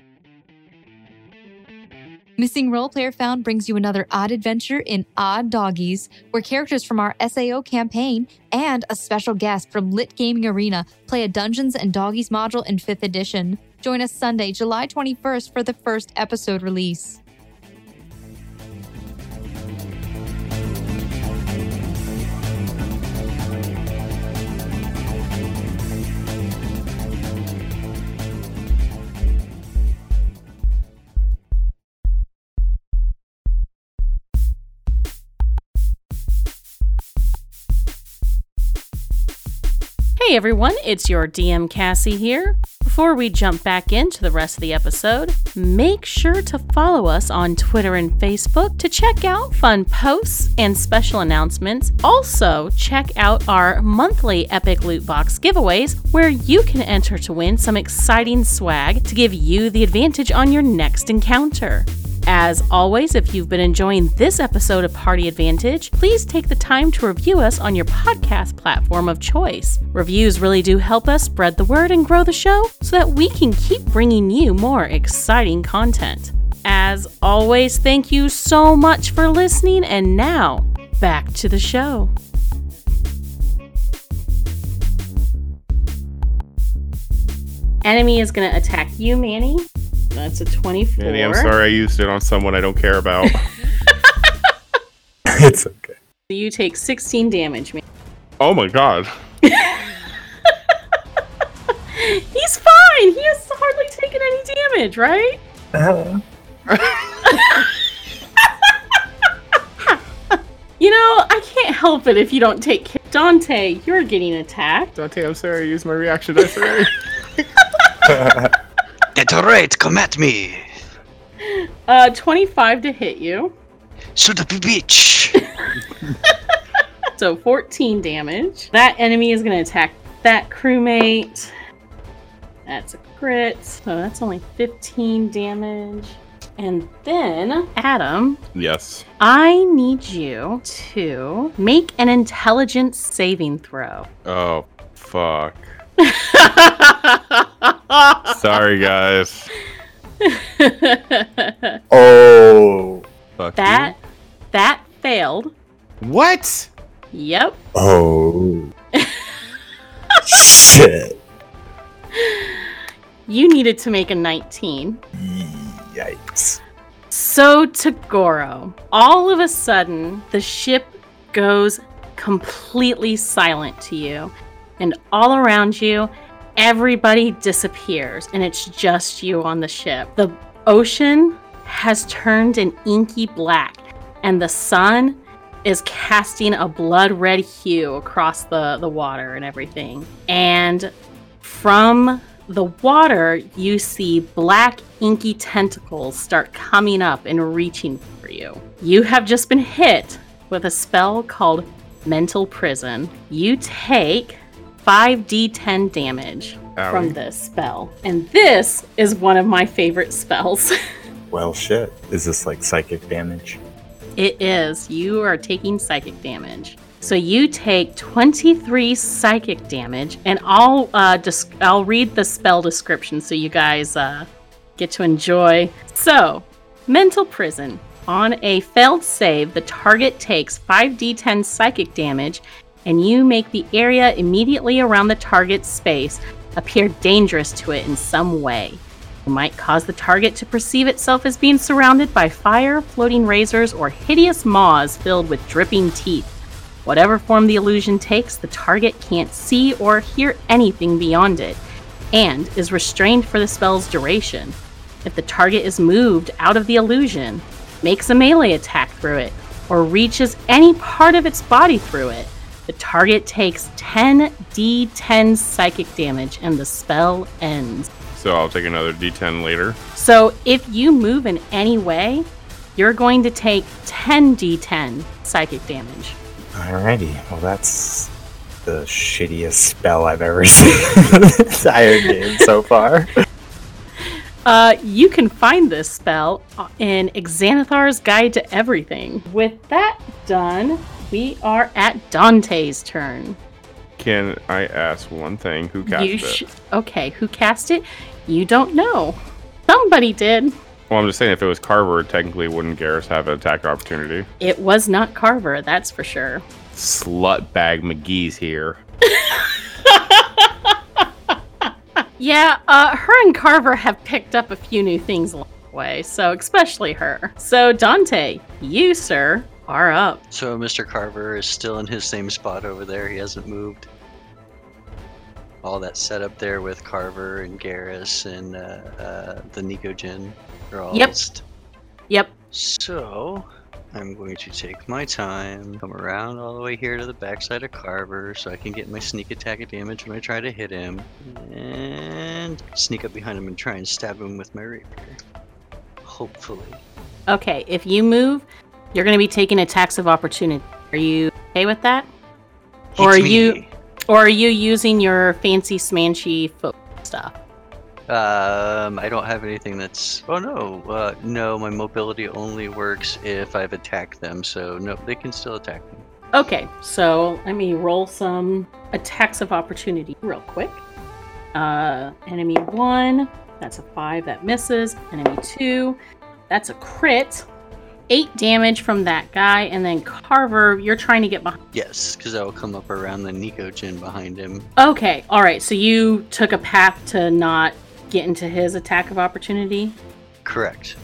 Speaker 8: Missing Role Player Found brings you another odd adventure in Odd Doggies, where characters from our SAO campaign and a special guest from Lit Gaming Arena play a Dungeons and Doggies module in 5th edition. Join us Sunday, July 21st for the first episode release.
Speaker 2: Hey everyone, it's your DM Cassie here. Before we jump back into the rest of the episode, make sure to follow us on Twitter and Facebook to check out fun posts and special announcements. Also, check out our monthly Epic Loot Box giveaways where you can enter to win some exciting swag to give you the advantage on your next encounter. As always, if you've been enjoying this episode of Party Advantage, please take the time to review us on your podcast platform of choice. Reviews really do help us spread the word and grow the show so that we can keep bringing you more exciting content. As always, thank you so much for listening, and now back to the show. Enemy is going to attack you, Manny. That's a 24.
Speaker 3: Manny, I'm sorry I used it on someone I don't care about.
Speaker 4: it's okay.
Speaker 2: You take 16 damage, man.
Speaker 3: oh my god.
Speaker 2: He's fine. He has hardly taken any damage, right?
Speaker 4: Uh,
Speaker 2: You know, I can't help it if you don't take care. Dante, you're getting attacked.
Speaker 3: Dante, I'm sorry I used my reaction dice already.
Speaker 6: That's alright, come at me!
Speaker 2: Uh, 25 to hit you.
Speaker 6: Shoot up bitch!
Speaker 2: So 14 damage. That enemy is going to attack that crewmate. That's a crit. So that's only 15 damage. And then, Adam,
Speaker 3: yes.
Speaker 2: I need you to make an intelligence saving throw.
Speaker 3: Oh fuck. Sorry guys.
Speaker 2: that
Speaker 4: oh,
Speaker 3: Fuck you.
Speaker 2: that failed.
Speaker 10: What?
Speaker 2: Yep.
Speaker 4: oh, shit!
Speaker 2: You needed to make a 19.
Speaker 4: Yikes!
Speaker 2: So to Goro, all of a sudden the ship goes completely silent to you, and all around you, everybody disappears, and it's just you on the ship. The ocean has turned an inky black, and the sun is casting a blood red hue across the, the water and everything. And from the water, you see black, inky tentacles start coming up and reaching for you. You have just been hit with a spell called Mental Prison. You take 5d10 damage from
Speaker 3: Owie.
Speaker 2: this spell. And this is one of my favorite spells.
Speaker 4: Well, shit. Is this like psychic damage?
Speaker 2: It is. You are taking psychic damage. So you take 23 psychic damage, and I'll uh, dis- I'll read the spell description so you guys uh, get to enjoy. So, mental prison. On a failed save, the target takes 5d10 psychic damage, and you make the area immediately around the target's space appear dangerous to it in some way. It might cause the target to perceive itself as being surrounded by fire, floating razors, or hideous maws filled with dripping teeth. Whatever form the illusion takes, the target can't see or hear anything beyond it, and is restrained for the spell's duration. If the target is moved out of the illusion, makes a melee attack through it, or reaches any part of its body through it, the target takes 10 d10 psychic damage and the spell ends.
Speaker 3: So I'll take another D10 later.
Speaker 2: So if you move in any way, you're going to take 10d10 psychic damage.
Speaker 4: Alrighty. Well, that's the shittiest spell I've ever seen in this entire game so far.
Speaker 2: Uh, you can find this spell in Xanathar's Guide to Everything. With that done, we are at Dante's turn.
Speaker 3: Can I ask one thing? Who cast
Speaker 2: you
Speaker 3: it?
Speaker 2: sh- okay, who cast it? You don't know. Somebody did.
Speaker 3: well, I'm just saying, if it was Carver, technically wouldn't Garrus have an attack opportunity?
Speaker 2: It was not Carver, that's for sure.
Speaker 3: Slutbag McGee's here.
Speaker 2: Yeah, uh, her and Carver have picked up a few new things along the way, so especially her. So, Dante, you, sir, are up.
Speaker 6: So Mr. Carver is still in his same spot over there. He hasn't moved. All that setup there with Carver and Garrus and uh, uh, the Nico Gen. are all
Speaker 2: Yep.
Speaker 6: st-
Speaker 2: Yep.
Speaker 6: So I'm going to take my time, come around all the way here to the backside of Carver so I can get my sneak attack of damage when I try to hit him. And sneak up behind him and try and stab him with my rapier. Hopefully.
Speaker 2: Okay, if you move, you're going to be taking attacks of opportunity. Are you okay with that? Or
Speaker 6: Hits
Speaker 2: are you-
Speaker 6: me.
Speaker 2: Or are you using your fancy smanchy foot stuff?
Speaker 6: Um, I don't have anything that's. Oh no, uh, no. My mobility only works if I've attacked them, so no, they can still attack me.
Speaker 2: Okay, so let me roll some attacks of opportunity real quick. Uh, enemy one, that's a five, that misses. Enemy two, that's a crit. Eight damage from that guy, and then Carver, you're trying to get behind.
Speaker 6: Yes, because I will come up around the Nico Jin behind him.
Speaker 2: Okay, all right, so you took a path to not get into his attack of opportunity.
Speaker 6: Correct.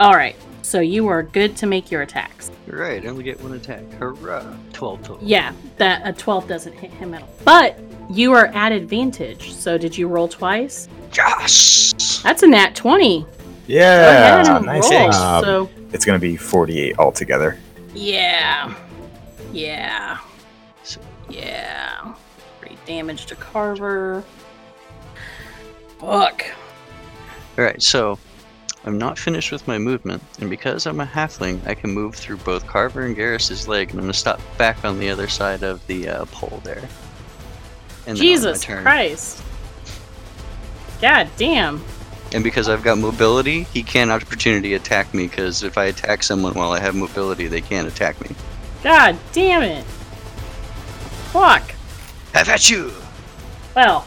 Speaker 2: All right, so you are good to make your attacks.
Speaker 6: Right, I only get one attack. Hurrah! Twelve total.
Speaker 2: Yeah, that a 12 doesn't hit him at all. But you are at advantage, so did you roll twice?
Speaker 6: Yes.
Speaker 2: That's a nat 20. Go
Speaker 4: Yeah.
Speaker 2: ahead and
Speaker 4: nice
Speaker 2: roll.
Speaker 4: job.
Speaker 2: So,
Speaker 4: It's gonna be 48 altogether.
Speaker 2: yeah. Yeah.
Speaker 6: So-
Speaker 2: Yeah. Three damage to Carver. Fuck.
Speaker 6: All right, so I'm not finished with my movement, and because I'm a halfling, I can move through both Carver and Garrus's leg, and I'm gonna stop back on the other side of the uh, pole there. And then on my
Speaker 2: Jesus
Speaker 6: turn-
Speaker 2: Christ. God damn.
Speaker 6: And because I've got mobility, he can't opportunity attack me. Because if I attack someone while I have mobility, they can't attack me.
Speaker 2: God damn it. Fuck.
Speaker 6: Have at you!
Speaker 2: Well,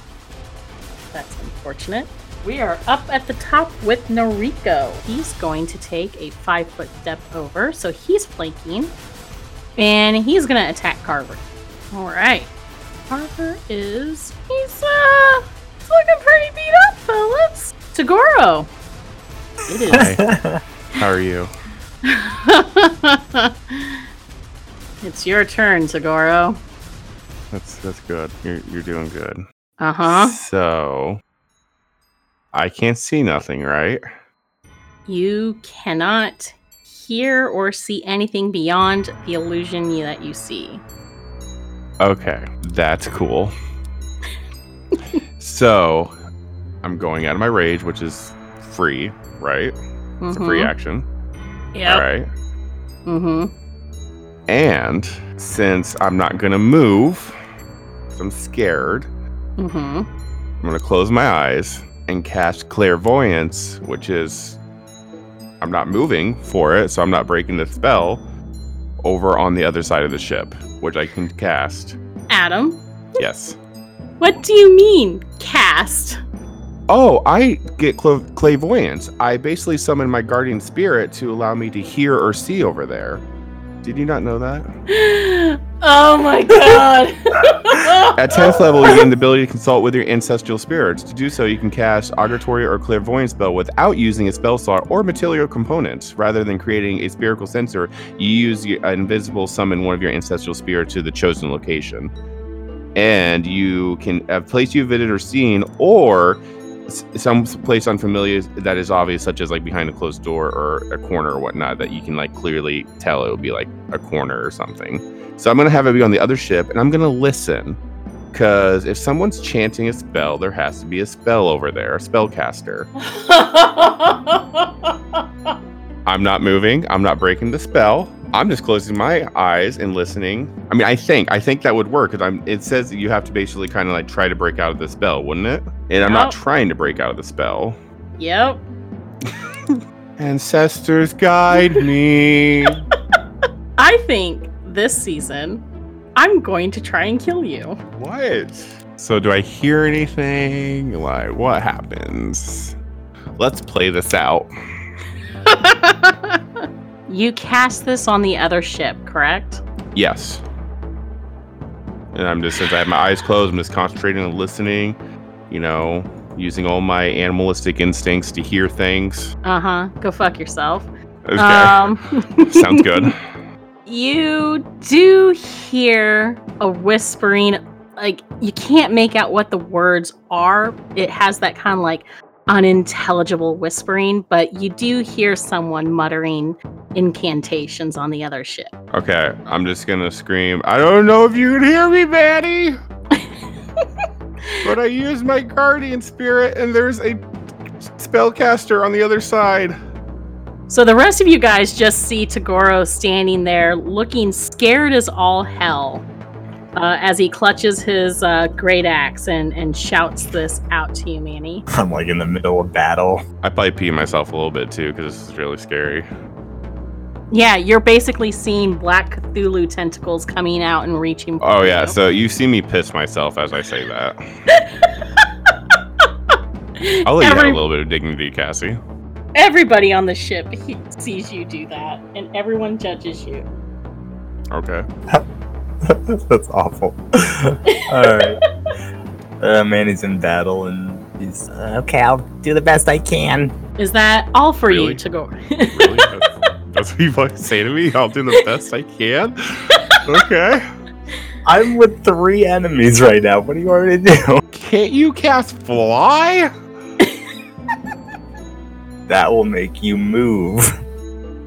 Speaker 2: that's unfortunate. We are up at the top with Noriko. He's going to take a five foot step over, so he's flanking. And he's going to attack Carver. All right. Carver is. He's, uh. He's looking pretty beat up, fellas. Tagoro. It is.
Speaker 3: How are you?
Speaker 2: it's your turn, Tagoro.
Speaker 3: That's that's good. You're you're doing good.
Speaker 2: Uh huh.
Speaker 3: So I can't see nothing, right?
Speaker 2: You cannot hear or see anything beyond the illusion you, that you see.
Speaker 3: Okay, that's cool. so, I'm going out of my rage, which is free, right? It's a free
Speaker 2: Mhm.
Speaker 3: action.
Speaker 2: Yep.
Speaker 3: All right.
Speaker 2: Mm-hmm.
Speaker 3: And since I'm not going to move, 'cause I'm scared,
Speaker 2: Mm-hmm.
Speaker 3: I'm going to close my eyes and cast clairvoyance, which is I'm not moving for it, so I'm not breaking the spell over on the other side of the ship, which I can cast.
Speaker 2: Adam,
Speaker 3: Yes.
Speaker 2: what do you mean cast?
Speaker 3: Oh, I get cla- clairvoyance. I basically summon my guardian spirit to allow me to hear or see over there. Did you not know that?
Speaker 2: oh my god.
Speaker 3: At 10th level, you gain the ability to consult with your ancestral spirits. To do so, you can cast Auditory or Clairvoyant spell without using a spell slot or material component. Rather than creating a spherical sensor, you use your invisible summon one of your ancestral spirits to the chosen location. And you can a place you've visited or seen, or s- some place unfamiliar that is obvious, such as like behind a closed door or a corner or whatnot, that you can like clearly tell it would be like a corner or something. So I'm gonna have it be on the other ship, and I'm gonna listen. Because if someone's chanting a spell, there has to be a spell over there, a spellcaster. I'm not moving. I'm not breaking the spell. I'm just closing my eyes and listening. I mean, I think I think that would work because I'm. It says that you have to basically kind of like try to break out of the spell, wouldn't it? And
Speaker 2: Yep.
Speaker 3: I'm not trying to break out of the spell.
Speaker 2: yep.
Speaker 3: Ancestors guide me.
Speaker 2: I think this season I'm going to try and kill you.
Speaker 3: What? So do I hear anything? Like what happens? Let's play this out.
Speaker 2: you cast this on the other ship, correct?
Speaker 3: Yes. And I'm just since I have my eyes closed, I'm just concentrating on listening, you know, using all my animalistic instincts to hear things.
Speaker 2: Uh huh. Go fuck yourself.
Speaker 3: Okay.
Speaker 2: Um,
Speaker 3: Sounds good.
Speaker 2: You do hear a whispering, like you can't make out what the words are. It has that kind of like unintelligible whispering, but you do hear someone muttering incantations on the other ship.
Speaker 3: Okay. I'm just gonna scream, I don't know if you can hear me, Maddie! but I used my guardian spirit and there's a spellcaster on the other side.
Speaker 2: So the rest of you guys just see Tagoro standing there looking scared as all hell uh, as he clutches his uh, great axe and, and shouts this out to you, Manny.
Speaker 4: I'm like in the middle of battle.
Speaker 3: I probably pee myself a little bit too, because this is really scary.
Speaker 2: Yeah, you're basically seeing black Cthulhu tentacles coming out and reaching. for
Speaker 3: Oh yeah,
Speaker 2: you.
Speaker 3: so you see me piss myself as I say that. I'll let you have
Speaker 2: Every-
Speaker 3: a little bit of dignity, Cassie.
Speaker 2: Everybody on the ship he- sees you do that, and everyone judges you.
Speaker 3: Okay.
Speaker 4: That's awful. Alright. Uh, Manny's in battle and he's. Uh, okay, I'll do the best I can.
Speaker 2: Is that all for
Speaker 3: Really?
Speaker 2: you, Tagoro?
Speaker 3: Really? That's, that's what you fucking say to me? I'll do the best I can. Okay.
Speaker 4: I'm with three enemies right now. What do you want me to do?
Speaker 3: Can't you cast fly?
Speaker 4: That will make you move.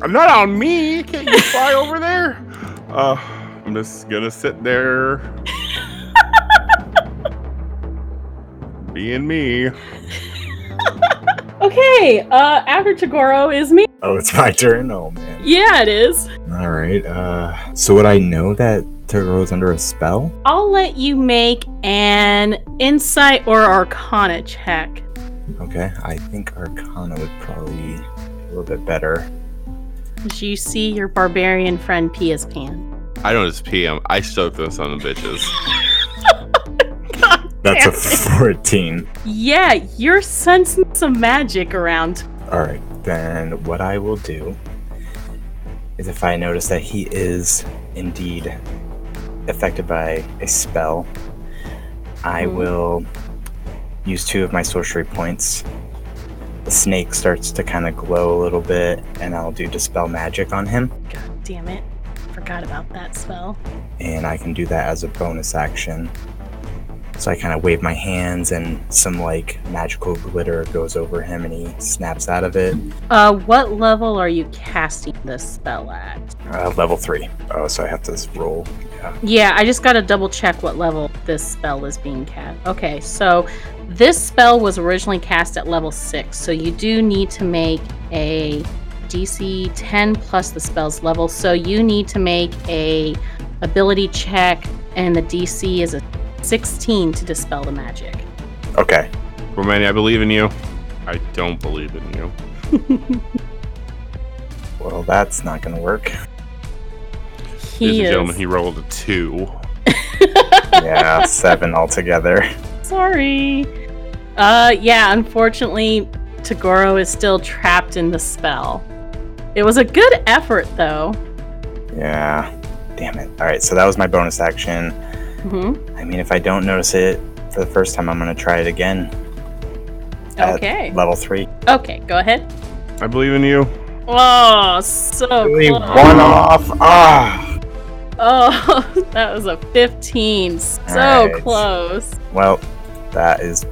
Speaker 3: I'm not on me. Can't you fly over there? Uh, I'm just gonna sit there. Being me.
Speaker 2: okay, uh, after Tagoro is me.
Speaker 4: Oh, it's my turn? Oh, man.
Speaker 2: Yeah, it is.
Speaker 4: Alright, uh. So would I know that Togoro's under a spell?
Speaker 2: I'll let you make an insight or arcana check.
Speaker 4: Okay, I think Arcana would probably be a little bit better.
Speaker 2: As you see your barbarian friend pee his pants.
Speaker 3: I don't just pee. I'm, I soak those on the bitches.
Speaker 4: That's a
Speaker 2: Damn
Speaker 4: 14.
Speaker 2: Yeah, you're sensing some magic around.
Speaker 4: Alright, then what I will do is if I notice that he is indeed affected by a spell, I
Speaker 2: Mhm.
Speaker 4: will use two of my sorcery points. The snake starts to kind of glow a little bit, and I'll do dispel magic on him.
Speaker 2: God damn it. Forgot about that spell.
Speaker 4: and I can do that as a bonus action. So I kind of wave my hands, and some like magical glitter goes over him, and he snaps out of it.
Speaker 2: Uh, what level are you casting this spell at?
Speaker 4: Uh, level three. Oh, so I have to roll. Yeah.
Speaker 2: Yeah, I just gotta double check what level this spell is being cast. Okay, so this spell was originally cast at level six, so you do need to make a DC 10 plus the spell's level. So you need to make a ability check, and the DC is a 16 to dispel the magic.
Speaker 4: Okay.
Speaker 7: Romani, I believe in you. I don't believe in you.
Speaker 4: Well, that's not gonna work.
Speaker 2: He
Speaker 7: Ladies and
Speaker 2: is.
Speaker 7: gentlemen, he rolled a two.
Speaker 4: Yeah, seven altogether.
Speaker 2: Sorry. Uh, yeah, unfortunately, Tagoro is still trapped in the spell. It was a good effort, though.
Speaker 4: Yeah. Damn it. All right, so that was my bonus action.
Speaker 2: hmm
Speaker 4: I mean, if I don't notice it for the first time, I'm gonna try it again. at
Speaker 2: Okay.
Speaker 4: level three.
Speaker 2: Okay, go ahead.
Speaker 7: I believe in you.
Speaker 2: Oh, so
Speaker 4: Really
Speaker 2: close.
Speaker 4: one off. Ah.
Speaker 2: Oh, that was a 15. So
Speaker 4: Alright.
Speaker 2: close.
Speaker 4: Well, that is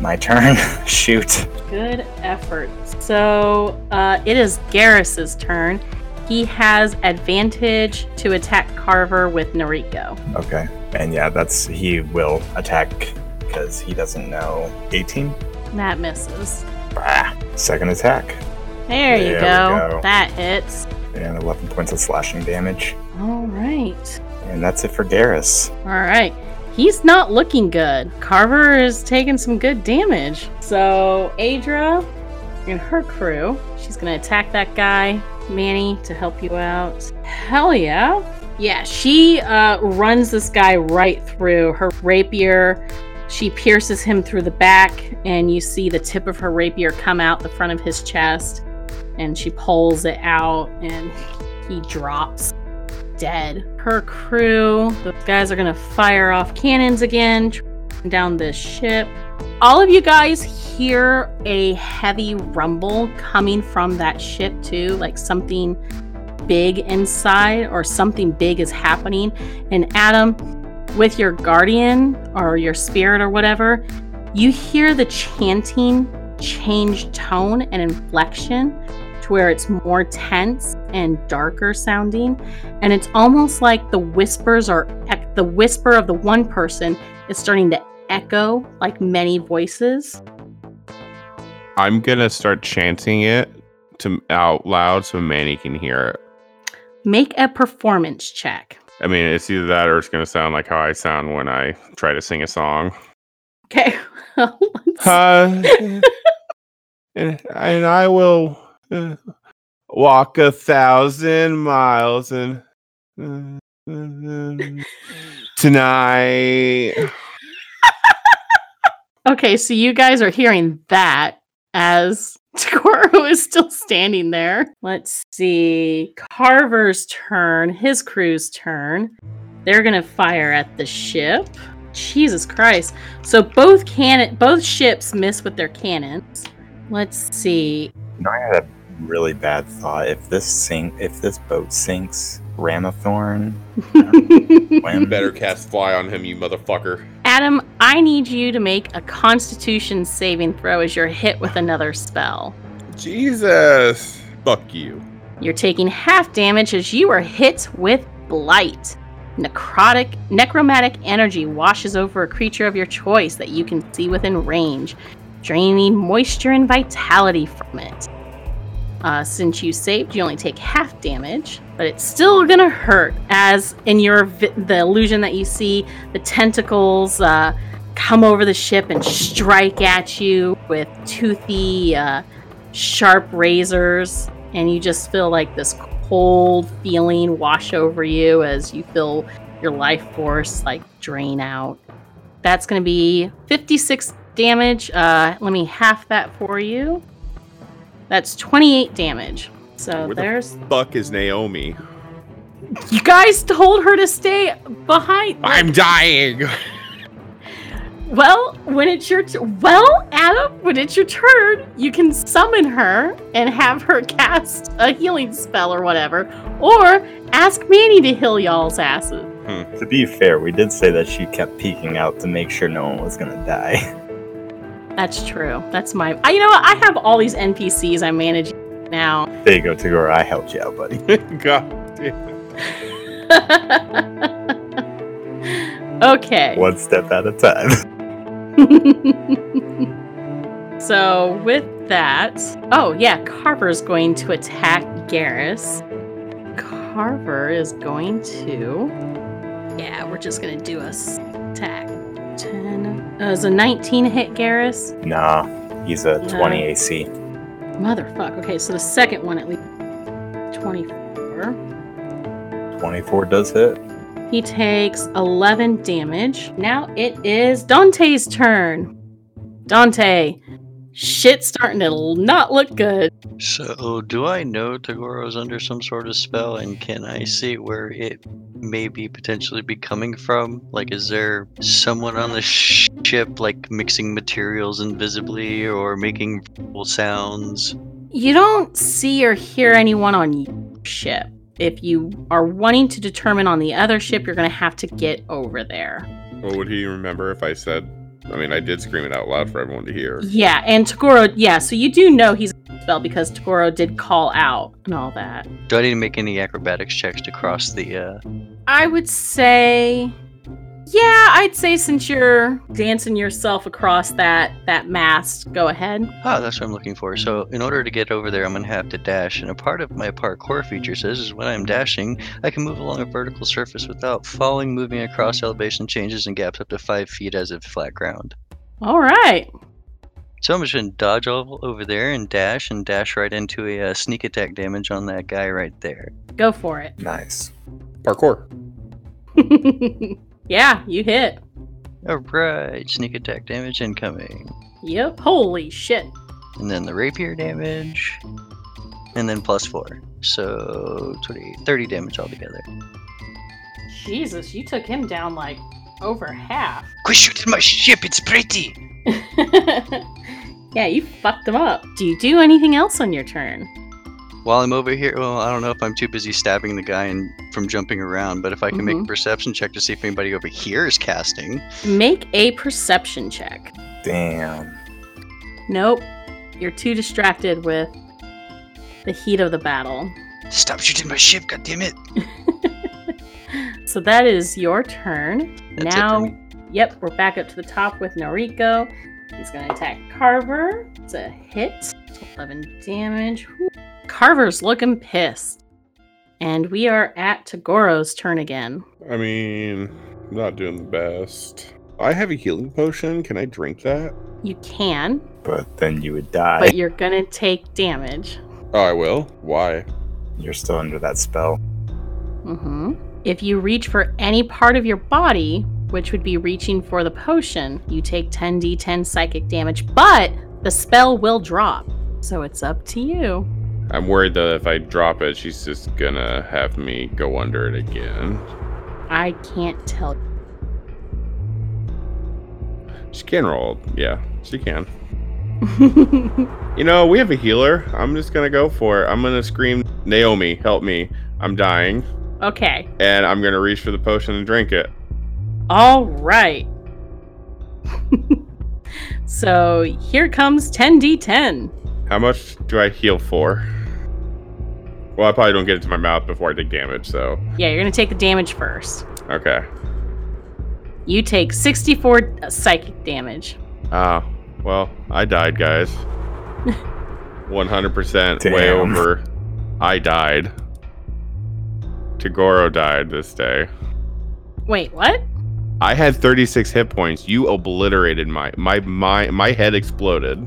Speaker 4: my turn. Shoot.
Speaker 2: Good effort. So uh, it is Garrus's turn. He has advantage to attack Carver with Nariko.
Speaker 4: Okay. And yeah, that's he will attack because he doesn't know 18.
Speaker 2: That misses.
Speaker 4: Ah, second attack
Speaker 2: There you
Speaker 4: There we
Speaker 2: go.
Speaker 4: go.
Speaker 2: That hits.
Speaker 4: and 11 points of slashing damage.
Speaker 2: All right.
Speaker 4: And that's it for Garrus.
Speaker 2: All right. He's not looking good. Carver is taking some good damage. So Adra and her crew, she's going to attack that guy, Manny, to help you out. Hell yeah. Yeah, she uh, runs this guy right through her rapier. She pierces him through the back, and you see the tip of her rapier come out the front of his chest. And she pulls it out, and he drops dead. Her crew, those guys are gonna fire off cannons again tr- down this ship. All of you guys hear a heavy rumble coming from that ship too, like something big inside or something big is happening. And Adam, with your guardian or your spirit or whatever, you hear the chanting change tone and inflection to where it's more tense and darker sounding and it's almost like the whispers are ec- the whisper of the one person is starting to echo like many voices
Speaker 7: I'm gonna start chanting it to out loud so Manny can hear it.
Speaker 2: make a performance check
Speaker 7: I mean, it's either that or it's gonna sound like how I sound when I try to sing a song.
Speaker 2: okay Let's-
Speaker 7: Uh, and, and I will uh, walk a thousand miles and uh, tonight.
Speaker 2: okay so you guys are hearing that as Tagoro is still standing there. Let's see. Carver's turn, his crew's turn. They're gonna fire at the ship. Jesus Christ. So both cannon both ships miss with their cannons. Let's see.
Speaker 4: You know, I had a really bad thought. If this sink, if this boat sinks, Ramathorn. Wham,
Speaker 7: cast fly on him, you motherfucker.
Speaker 2: Adam, I need you to make a constitution saving throw as you're hit with another spell.
Speaker 7: Jesus. Fuck you.
Speaker 2: You're taking half damage as you are hit with blight. Necrotic, necromantic energy washes over a creature of your choice that you can see within range, draining moisture and vitality from it. Uh, since you saved, you only take half damage, but it's still gonna hurt. As in your vi- the illusion that you see, the tentacles uh, come over the ship and strike at you with toothy, uh, sharp razors and you just feel like this cold feeling wash over you as you feel your life force like drain out. That's going to be 56 damage. Uh, let me half that for you. That's 28 damage. So
Speaker 7: Where the
Speaker 2: there's.
Speaker 7: Fuck is Naomi.
Speaker 2: you guys told her to stay behind.
Speaker 7: I'm dying.
Speaker 2: Well, when it's your t- well, Adam, when it's your turn, you can summon her and have her cast a healing spell or whatever, or ask Manny to heal y'all's asses.
Speaker 4: To be fair, we did say that she kept peeking out to make sure no one was gonna die.
Speaker 2: That's true. That's my. I, you know, what? I have all these NPCs I manage now.
Speaker 4: There you go, Tagora. I helped you out, buddy.
Speaker 3: God damn.
Speaker 2: okay.
Speaker 4: One step at a time.
Speaker 2: so with that, oh yeah, Carver's going to attack Garrus. Carver is going to. Yeah, we're just gonna do a s- attack. Ten. Uh, is a 19 hit Garrus?
Speaker 4: Nah, he's a
Speaker 2: No.
Speaker 4: 20 AC.
Speaker 2: Motherfuck. Okay, so the second one at least. 24.
Speaker 4: 24 does hit.
Speaker 2: He takes 11 damage. Now it is Dante's turn. Dante, shit's starting to l- not look good.
Speaker 6: So, do I know Tagoro's under some sort of spell, and can I see where it may be potentially be coming from? Like, is there someone on the sh- ship, like, mixing materials invisibly or making verbal sounds?
Speaker 2: You don't see or hear anyone on your ship. If you are wanting to determine on the other ship, you're going to have to get over there.
Speaker 3: Well, would he remember if I said? I mean, I did scream it out loud for everyone to hear.
Speaker 2: Yeah, and Tagoro, yeah, so you do know he's a spell because Tagoro did call out and all that.
Speaker 6: Do I need to make any acrobatics checks to cross the, uh,
Speaker 2: I would say yeah, I'd say since you're dancing yourself across that that mast, go ahead.
Speaker 6: Ah, that's what I'm looking for. So, in order to get over there, I'm going to have to dash. And a part of my parkour feature says is when I'm dashing, I can move along a vertical surface without falling, moving across elevation changes and gaps up to five feet as if flat ground.
Speaker 2: All right.
Speaker 6: So, I'm just going to dodge all over there and dash and dash right into a uh, sneak attack damage on that guy right there.
Speaker 2: Go for it.
Speaker 4: Nice.
Speaker 3: Parkour.
Speaker 2: yeah, you hit.
Speaker 6: All right, sneak attack damage incoming.
Speaker 2: Yep. Holy shit.
Speaker 6: And then the rapier damage. And then plus four. So, 20, 30 damage altogether.
Speaker 2: Jesus, you took him down like over half.
Speaker 6: Quit shooting my ship, it's pretty!
Speaker 2: yeah, you fucked him up. Do you do anything else on your turn?
Speaker 6: While I'm over here, well, I don't know if I'm too busy stabbing the guy and from jumping around, but if I can make a
Speaker 2: Mhm.
Speaker 6: perception check to see if anybody over here is casting.
Speaker 2: Make a perception check.
Speaker 4: Damn.
Speaker 2: Nope. You're too distracted with the heat of the battle.
Speaker 6: Stop shooting my ship, goddammit!
Speaker 2: So that is your turn.
Speaker 6: That's it
Speaker 2: now,
Speaker 6: for me.
Speaker 2: yep, we're back up to the top with Noriko. He's going to attack Carver. It's a hit. It's 11 damage. Whew. Carver's looking pissed. And we are at Tagoro's turn again.
Speaker 3: I mean, I'm not doing the best. I have a healing potion. Can I drink that?
Speaker 2: You can,
Speaker 4: But then you would die.
Speaker 2: but you're going to take damage.
Speaker 3: Oh, I will. Why?
Speaker 4: You're still under that spell.
Speaker 2: hmm If you reach for any part of your body, which would be reaching for the potion, you take 10d10 psychic damage, but the spell will drop. So it's up to you.
Speaker 3: I'm worried that if I drop it, she's just gonna have me go under it again.
Speaker 2: I can't tell.
Speaker 3: She can roll. Yeah, she can. You know, we have a healer. I'm just gonna go for it. I'm gonna scream, Naomi, help me. I'm dying.
Speaker 2: okay.
Speaker 3: And I'm gonna reach for the potion and drink it.
Speaker 2: All right. so here comes 10d10.
Speaker 3: How much do I heal for? Well, I probably don't get it to my mouth before I take damage, so.
Speaker 2: Yeah, you're going to take the damage first.
Speaker 3: Okay.
Speaker 2: You take 64 psychic damage.
Speaker 3: Ah, well, I died, guys. 100% way
Speaker 4: Damn.
Speaker 3: over. I died. Tagoro died this day.
Speaker 2: Wait, what?
Speaker 3: I had 36 hit points. You obliterated my my my my head exploded.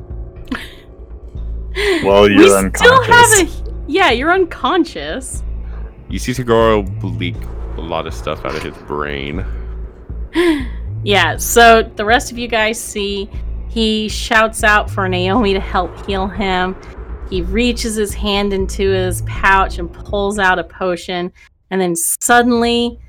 Speaker 4: Well,
Speaker 2: We
Speaker 4: you're
Speaker 2: Still have
Speaker 4: unconscious.
Speaker 2: a, yeah, you're unconscious.
Speaker 3: You see Tagoro leak a lot of stuff out of his brain.
Speaker 2: yeah, so the rest of you guys see he shouts out for Naomi to help heal him. He reaches his hand into his pouch and pulls out a potion, and then suddenly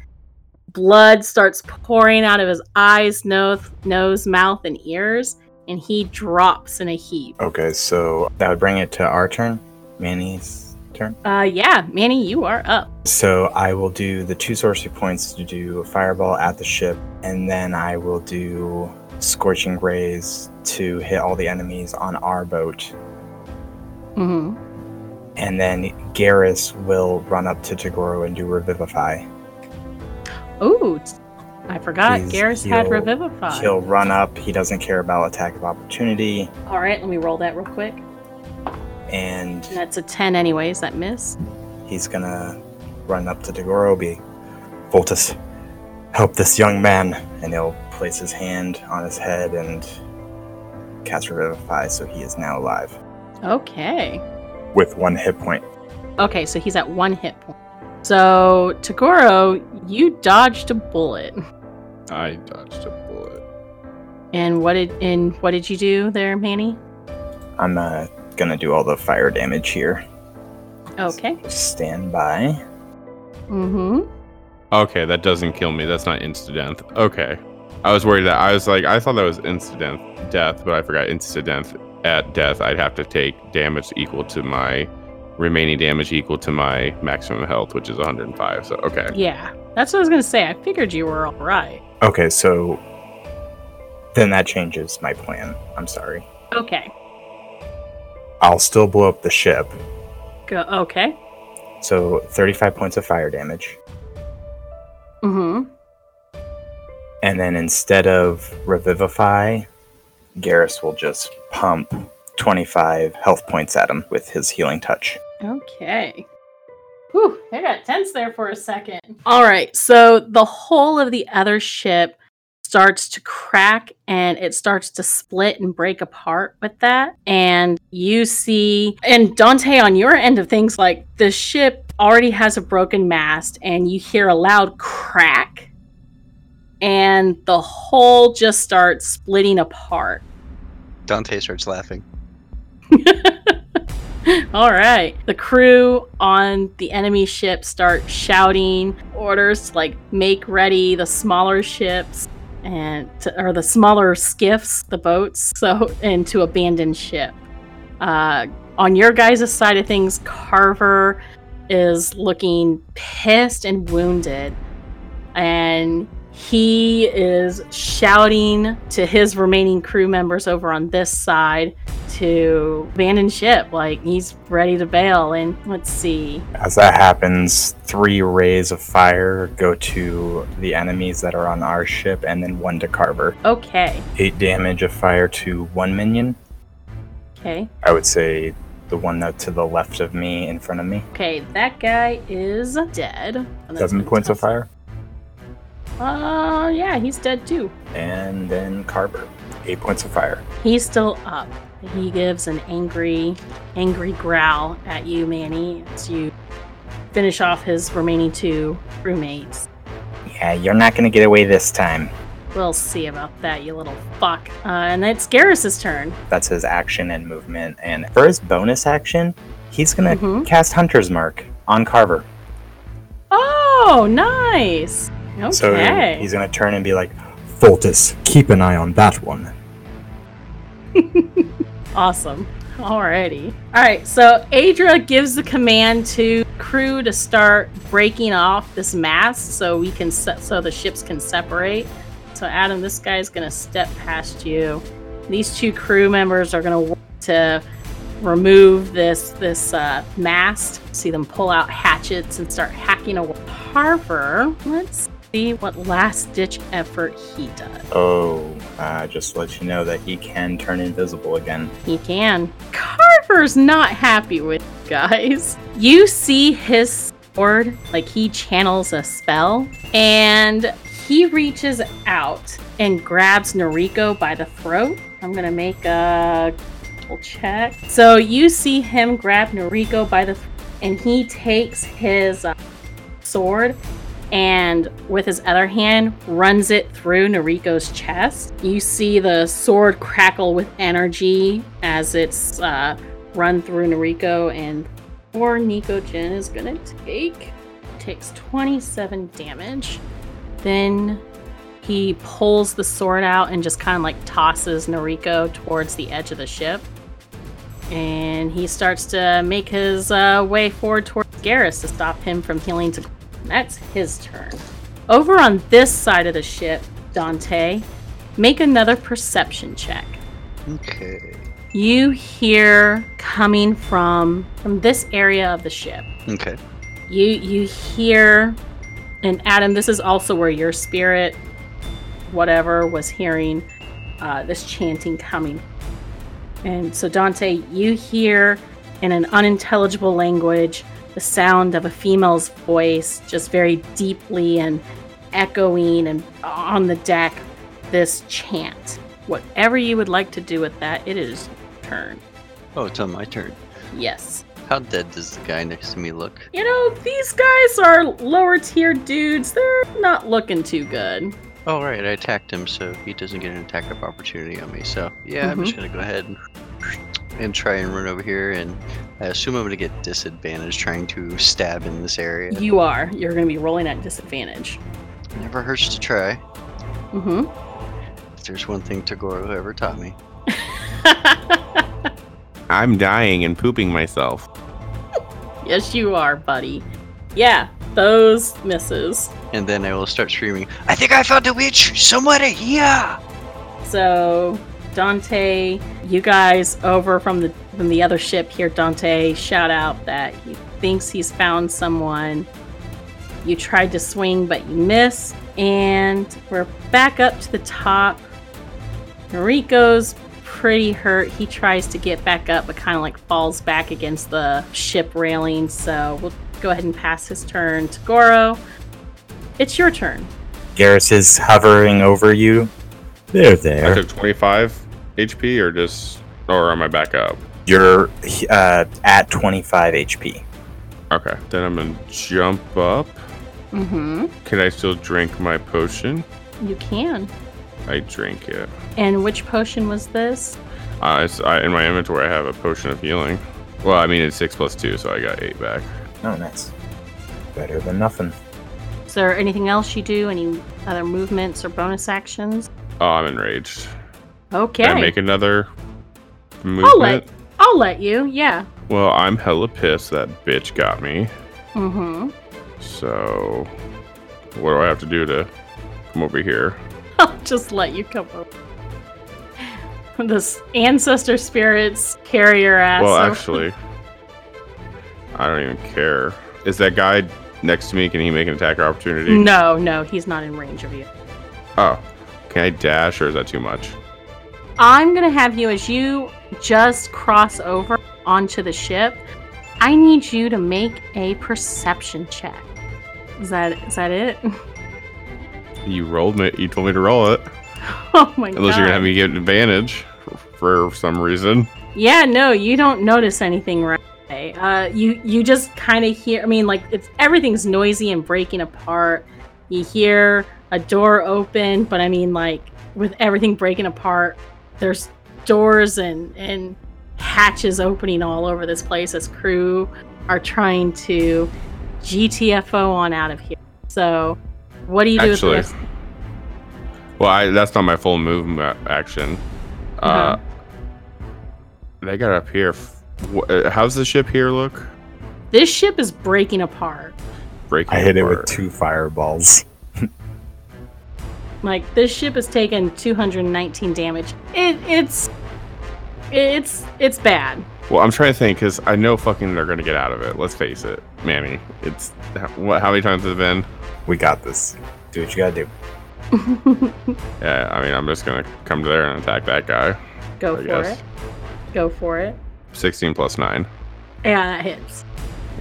Speaker 2: blood starts pouring out of his eyes, nose, nose, mouth, and ears, and he drops in a heap.
Speaker 4: Oh. Okay, so that would bring it to our turn. Manny's turn?
Speaker 2: Uh, yeah, Manny, you are up.
Speaker 4: So I will do the two sorcery points to do a fireball at the ship, and then I will do scorching rays to hit all the enemies on our boat.
Speaker 2: hmm
Speaker 4: And then Garrus will run up to Tagoro and do revivify.
Speaker 2: Ooh, I forgot.
Speaker 4: He's-
Speaker 2: Garrus had
Speaker 4: he'll-
Speaker 2: Revivify.
Speaker 4: He'll run up. He doesn't care about attack of opportunity,
Speaker 2: All right, let me roll that real quick.
Speaker 4: and
Speaker 2: And That's a 10, anyways. That miss.
Speaker 4: he's gonna run up to Degoro, be Voltus, help this young man, and he'll place his hand on his head and cast Revivify, so he is now alive
Speaker 2: Okay.
Speaker 4: with one hit point.
Speaker 2: Okay, so he's at one hit point. So, Tagoro, you dodged a bullet.
Speaker 7: I dodged a bullet.
Speaker 2: And what did and what did you do there, Manny?
Speaker 4: I'm uh, gonna do all the fire damage here.
Speaker 2: Okay.
Speaker 4: Stand by.
Speaker 2: Mm-hmm.
Speaker 7: Okay, that doesn't kill me. That's not insta death. Okay. I was worried that I was like, I thought that was insta death, death, but I forgot insta death. At death, I'd have to take damage equal to my remaining damage equal to my maximum health, which is 105. So, okay.
Speaker 2: Yeah. That's what I was gonna say. I figured you were all right.
Speaker 4: Okay, so then that changes my plan. I'm sorry.
Speaker 2: Okay.
Speaker 4: I'll still blow up the ship.
Speaker 2: Go okay.
Speaker 4: So 35 points of fire damage.
Speaker 2: Mm-hmm.
Speaker 4: And then instead of Revivify, Garrus will just pump 25 health points at him with his healing touch.
Speaker 2: Okay. Whew, I got tense there for a second. All right, so the whole of the other ship starts to crack and it starts to split and break apart with that. And you see, and Dante, on your end of things, like the ship already has a broken mast, and you hear a loud crack, and the whole just starts splitting apart.
Speaker 6: Dante starts laughing.
Speaker 2: All right. The crew on the enemy ship start shouting orders to, like make ready the smaller ships and to, or the smaller skiffs, the boats, so and to abandon ship. Uh, on your guys' side of things, Carver is looking pissed and wounded, and he is shouting to his remaining crew members over on this side to abandon ship. Like he's ready to bail. And let's see.
Speaker 4: As that happens, three rays of fire go to the enemies that are on our ship, and then one to Carver.
Speaker 2: Okay.
Speaker 4: Eight damage of fire to one minion.
Speaker 2: Okay.
Speaker 4: I would say the one that to the left of me, in front of me.
Speaker 2: Okay. That guy is dead. And that's
Speaker 4: Seven points of fire.
Speaker 2: Uh, yeah, he's dead too.
Speaker 4: And then Carver. Eight points of fire.
Speaker 2: He's still up. He gives an angry, angry growl at you, Manny, as you finish off his remaining two crewmates.
Speaker 4: Yeah, you're not gonna get away this time.
Speaker 2: We'll see about that, you little fuck. Uh, and it's Garrus's turn.
Speaker 4: That's his action and movement. And for his bonus action, he's gonna
Speaker 2: Mhm.
Speaker 4: cast Hunter's Mark on Carver.
Speaker 2: Oh, nice. Okay.
Speaker 4: So he's gonna turn and be like, Voltus, keep an eye on that one.
Speaker 2: Awesome. Alrighty. Alright, so Adra gives the command to crew to start breaking off this mast so we can se- so the ships can separate. So Adam, this guy's gonna step past you. These two crew members are gonna work to remove this this uh, mast. See them pull out hatchets and start hacking away. Harper, let's see what last ditch effort he does.
Speaker 4: Oh, uh, just to let you know that he can turn invisible again.
Speaker 2: He can. Carver's not happy with you guys. You see his sword, like he channels a spell, and he reaches out and grabs Noriko by the throat. I'm gonna make a double check. So you see him grab Noriko by the throat, and he takes his uh, sword and with his other hand runs it through Nariko's chest. You see the sword crackle with energy as it's uh, run through Nariko, and poor Nico Jin is gonna take takes 27 damage. Then he pulls the sword out and just kind of like tosses Nariko towards the edge of the ship. and he starts to make his uh, way forward towards Garrus to stop him from healing. To that's his turn. Over on this side of the ship, Dante, make another perception check.
Speaker 6: Okay.
Speaker 2: You hear coming from from this area of the ship.
Speaker 6: Okay.
Speaker 2: You you hear, and Adam, this is also where your spirit, whatever, was hearing uh, this chanting coming. And so Dante, you hear in an unintelligible language the sound of a female's voice, just very deeply and echoing and on the deck. This chant. Whatever you would like to do with that, it is your turn.
Speaker 6: Oh, it's on my turn.
Speaker 2: Yes.
Speaker 6: How dead does the guy next to me look?
Speaker 2: You know, these guys are lower tier dudes. They're not looking too good.
Speaker 6: Oh, right, I attacked him, so he doesn't get an attack of opportunity on me. So, yeah, I'm just gonna
Speaker 2: Mm-hmm.
Speaker 6: go ahead and, and try and run over here, and I assume I'm gonna get disadvantaged trying to stab in this area.
Speaker 2: You are. You're going to be rolling at disadvantage.
Speaker 6: Never hurts to try.
Speaker 2: Mm-hmm.
Speaker 6: If there's one thing Tagoro ever taught me.
Speaker 3: I'm dying and pooping myself.
Speaker 2: yes, you are, buddy. Yeah, those misses.
Speaker 6: And then I will start screaming, I think I found a witch somewhere here!
Speaker 2: So, Dante, you guys over from the from the other ship here, Dante, shout out that he thinks he's found someone. You tried to swing, but you missed, and we're back up to the top. Noriko's pretty hurt. He tries to get back up, but kind of like falls back against the ship railing. So we'll go ahead and pass his turn to Goro. It's your turn.
Speaker 4: Garrus is hovering over you. There,
Speaker 3: I
Speaker 4: there.
Speaker 3: took 25 HP or just, or am I back up?
Speaker 4: You're uh, at 25 HP.
Speaker 3: Okay. Then I'm going to jump up.
Speaker 2: Mm-hmm.
Speaker 3: Can I still drink my potion?
Speaker 2: You can.
Speaker 3: I drink it.
Speaker 2: And which potion was this?
Speaker 3: Uh, it's, I, in my inventory, I have a potion of healing. Well, I mean, it's 6 plus 2, so I got 8 back.
Speaker 4: Oh, nice. Better than nothing.
Speaker 2: Is there anything else you do? Any other movements or bonus actions?
Speaker 3: Oh, I'm enraged.
Speaker 2: Okay.
Speaker 3: Can I make another movement?
Speaker 2: I'll let I'll let you. Yeah.
Speaker 3: Well, I'm hella pissed that bitch got me.
Speaker 2: Mm-hmm.
Speaker 3: So, what do I have to do to come over here?
Speaker 2: I'll just let you come over. This ancestor spirits carry your ass.
Speaker 3: well,
Speaker 2: over.
Speaker 3: actually, I don't even care. Is that guy next to me? Can he make an attack or opportunity?
Speaker 2: No, no, he's not in range of you.
Speaker 3: Oh, can I dash or is that too much?
Speaker 2: I'm gonna have you as you just cross over onto the ship. I need you to make a perception check. Is that is that it?
Speaker 3: You rolled me. You told me to roll it.
Speaker 2: Oh my god.
Speaker 3: Unless you're gonna have me get an advantage for some reason.
Speaker 2: Yeah, no, you don't notice anything right away. Uh, you you just kind of hear. I mean, like it's everything's noisy and breaking apart. You hear a door open, but I mean, like with everything breaking apart, there's doors and and hatches opening all over this place as crew are trying to GTFO on out of here. So, what do you do
Speaker 3: Actually,
Speaker 2: with this?
Speaker 3: Well, I, that's not my full move ma- action. Uh,
Speaker 2: Uh-huh.
Speaker 3: They got up here. F- wh- uh, how's the ship here look?
Speaker 2: This ship is breaking apart.
Speaker 3: Breaking.
Speaker 4: I hit it with
Speaker 3: apart.
Speaker 4: two fireballs.
Speaker 2: Like this ship has taken 219 damage. It it's it's it's bad.
Speaker 3: Well, I'm trying to think because I know fucking they're gonna get out of it. Let's face it, Manny. It's h- what? How many times has it been?
Speaker 4: We got this. Do what you gotta do.
Speaker 3: Yeah, I mean, I'm just gonna come there and attack that guy.
Speaker 2: Go
Speaker 3: I
Speaker 2: for
Speaker 3: guess.
Speaker 2: it. Go for it.
Speaker 3: 16 plus nine.
Speaker 2: Yeah, that hits.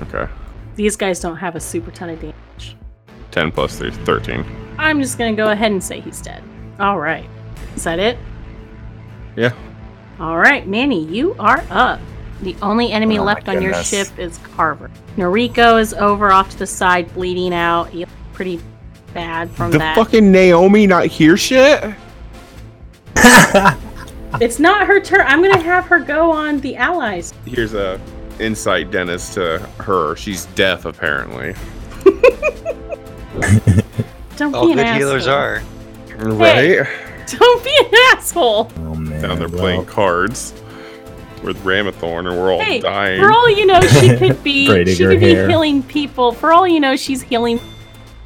Speaker 3: Okay.
Speaker 2: These guys don't have a super ton of damage.
Speaker 3: 10 plus three, 13.
Speaker 2: I'm just gonna go ahead and say he's dead. All right. Is that it?
Speaker 3: Yeah.
Speaker 2: All right, Manny, you are up. The only enemy
Speaker 4: Oh my
Speaker 2: left on your
Speaker 4: goodness.
Speaker 2: ship is Carver. Noriko is over off to the side, bleeding out. You look pretty bad from that.
Speaker 3: fucking Naomi not here shit.
Speaker 2: it's not her turn. I'm gonna have her go on the allies.
Speaker 3: Here's a insight, Dennis, to her. She's deaf apparently.
Speaker 2: Don't
Speaker 6: All
Speaker 2: be an
Speaker 6: good
Speaker 2: asshole.
Speaker 6: healers are.
Speaker 3: Right?
Speaker 2: Don't be an asshole.
Speaker 4: Oh man.
Speaker 3: Now they're
Speaker 4: well,
Speaker 3: playing cards. with Ramathorn, and we're all
Speaker 2: Hey,
Speaker 3: dying.
Speaker 2: For all you know, she could be
Speaker 4: Braiding
Speaker 2: she
Speaker 4: her
Speaker 2: could be
Speaker 4: hair.
Speaker 2: healing people. For all you know, she's healing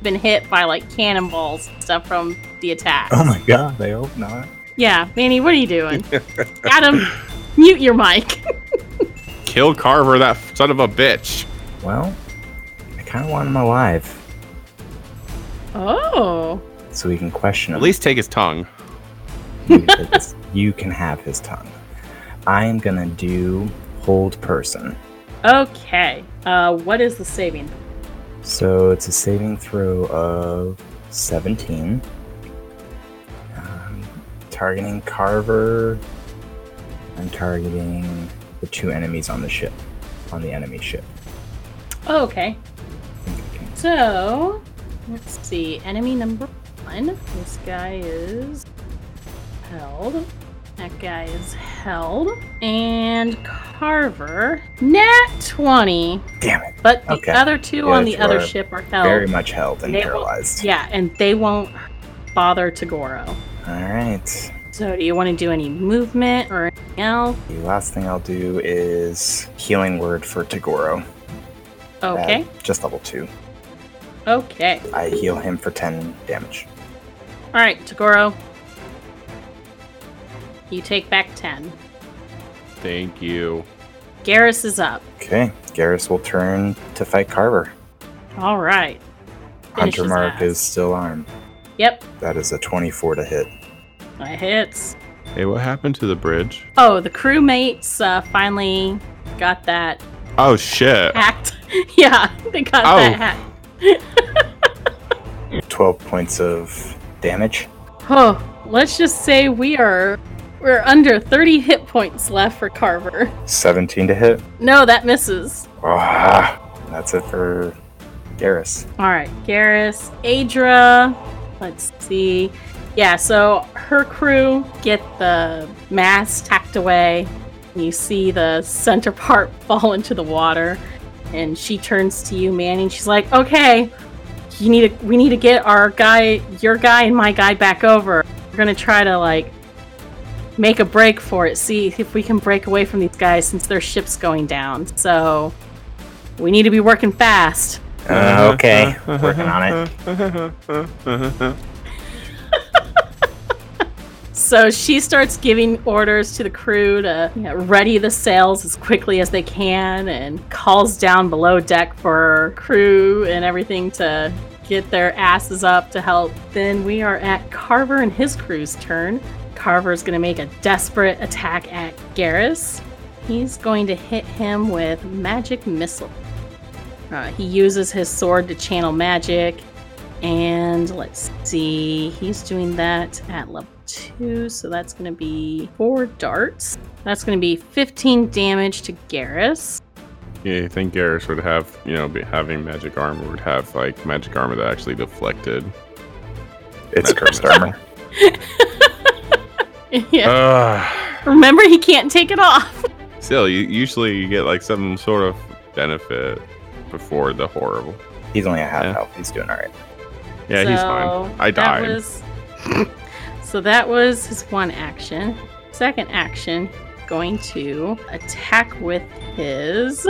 Speaker 2: been hit by like cannonballs and stuff from the attack.
Speaker 4: Oh my god, I hope not.
Speaker 2: Yeah, Manny, what are you doing? Adam, mute your mic.
Speaker 3: Kill Carver, that son of a bitch.
Speaker 4: Well, I kind of want him alive
Speaker 2: Oh.
Speaker 4: so we can question him.
Speaker 3: At least take his tongue.
Speaker 4: You can- you can have his tongue. I am gonna do hold person.
Speaker 2: Okay. Uh what is the saving?
Speaker 4: So it's a saving throw of 17. Um, targeting Carver. I'm targeting the two enemies on the ship. On the enemy ship.
Speaker 2: Oh, okay.
Speaker 4: I think I can-
Speaker 2: So let's see. Enemy number one. This guy is held. That guy is held. And Carver. Nat 20.
Speaker 4: Damn it.
Speaker 2: But the
Speaker 4: Okay.
Speaker 2: other two
Speaker 4: Yeah,
Speaker 2: on the
Speaker 4: two
Speaker 2: other
Speaker 4: are
Speaker 2: ship are held.
Speaker 4: Very much held and
Speaker 2: They will-
Speaker 4: paralyzed.
Speaker 2: Yeah, and they won't bother Tagoro.
Speaker 4: Alright.
Speaker 2: So do you want to do any movement or anything else?
Speaker 4: The last thing I'll do is healing word for Tagoro. At
Speaker 2: Okay.
Speaker 4: just level 2.
Speaker 2: Okay.
Speaker 4: I heal him for 10 damage.
Speaker 2: All right, Tagoro. You take back 10.
Speaker 3: Thank you.
Speaker 2: Garrus is up.
Speaker 4: Okay. Garrus will turn to fight Carver.
Speaker 2: All right. Finish
Speaker 4: Hunter
Speaker 2: his
Speaker 4: Mark
Speaker 2: ass.
Speaker 4: is still armed.
Speaker 2: Yep,
Speaker 4: That is a 24 to hit.
Speaker 2: that hits.
Speaker 3: Hey, what happened to the bridge?
Speaker 2: Oh, the crewmates uh, finally got that
Speaker 3: Oh shit!
Speaker 2: hacked. yeah, they got
Speaker 4: Oh.
Speaker 3: Ow.
Speaker 2: that hacked.
Speaker 4: 12 points of damage.
Speaker 2: Oh, let's just say we are we're under 30 hit points left for Carver.
Speaker 4: 17 to hit.
Speaker 2: No, that misses.
Speaker 4: Ah, that's it for Garrus.
Speaker 2: All right, Garrus, Adra. Let's see. Yeah, so her crew get the mast tacked away. You see the center part fall into the water, and she turns to you, Manny. And she's like, "Okay, you need to. We need to get our guy, your guy, and my guy back over. We're gonna try to like make a break for it. See if we can break away from these guys since their ship's going down. So we need to be working fast."
Speaker 4: Uh, okay, working on it.
Speaker 3: it.
Speaker 2: So she starts giving orders to the crew to you know, ready the sails as quickly as they can and calls down below deck for crew and everything to get their asses up to help. Then we are at Carver and his crew's turn. Carver's going to make a desperate attack at Garrus. He's going to hit him with magic missile. Uh, he uses his sword to channel magic. And let's see, he's doing that at level two, so that's going to be four darts. That's going to be 15 damage to Garrus.
Speaker 3: yeah, you think Garrus would have, you know, be having magic armor would have like magic armor that actually deflected.
Speaker 4: It's cursed armor.
Speaker 2: yeah.
Speaker 3: Ugh.
Speaker 2: Remember, he can't take it off.
Speaker 3: Still, you usually you get like some sort of benefit before the horrible.
Speaker 4: He's only at half
Speaker 3: Yeah.
Speaker 4: health. He's doing all right.
Speaker 3: Yeah, he's fine.
Speaker 2: So
Speaker 3: I
Speaker 2: that
Speaker 3: died.
Speaker 2: was- so that was his one action. Second action, going to attack with his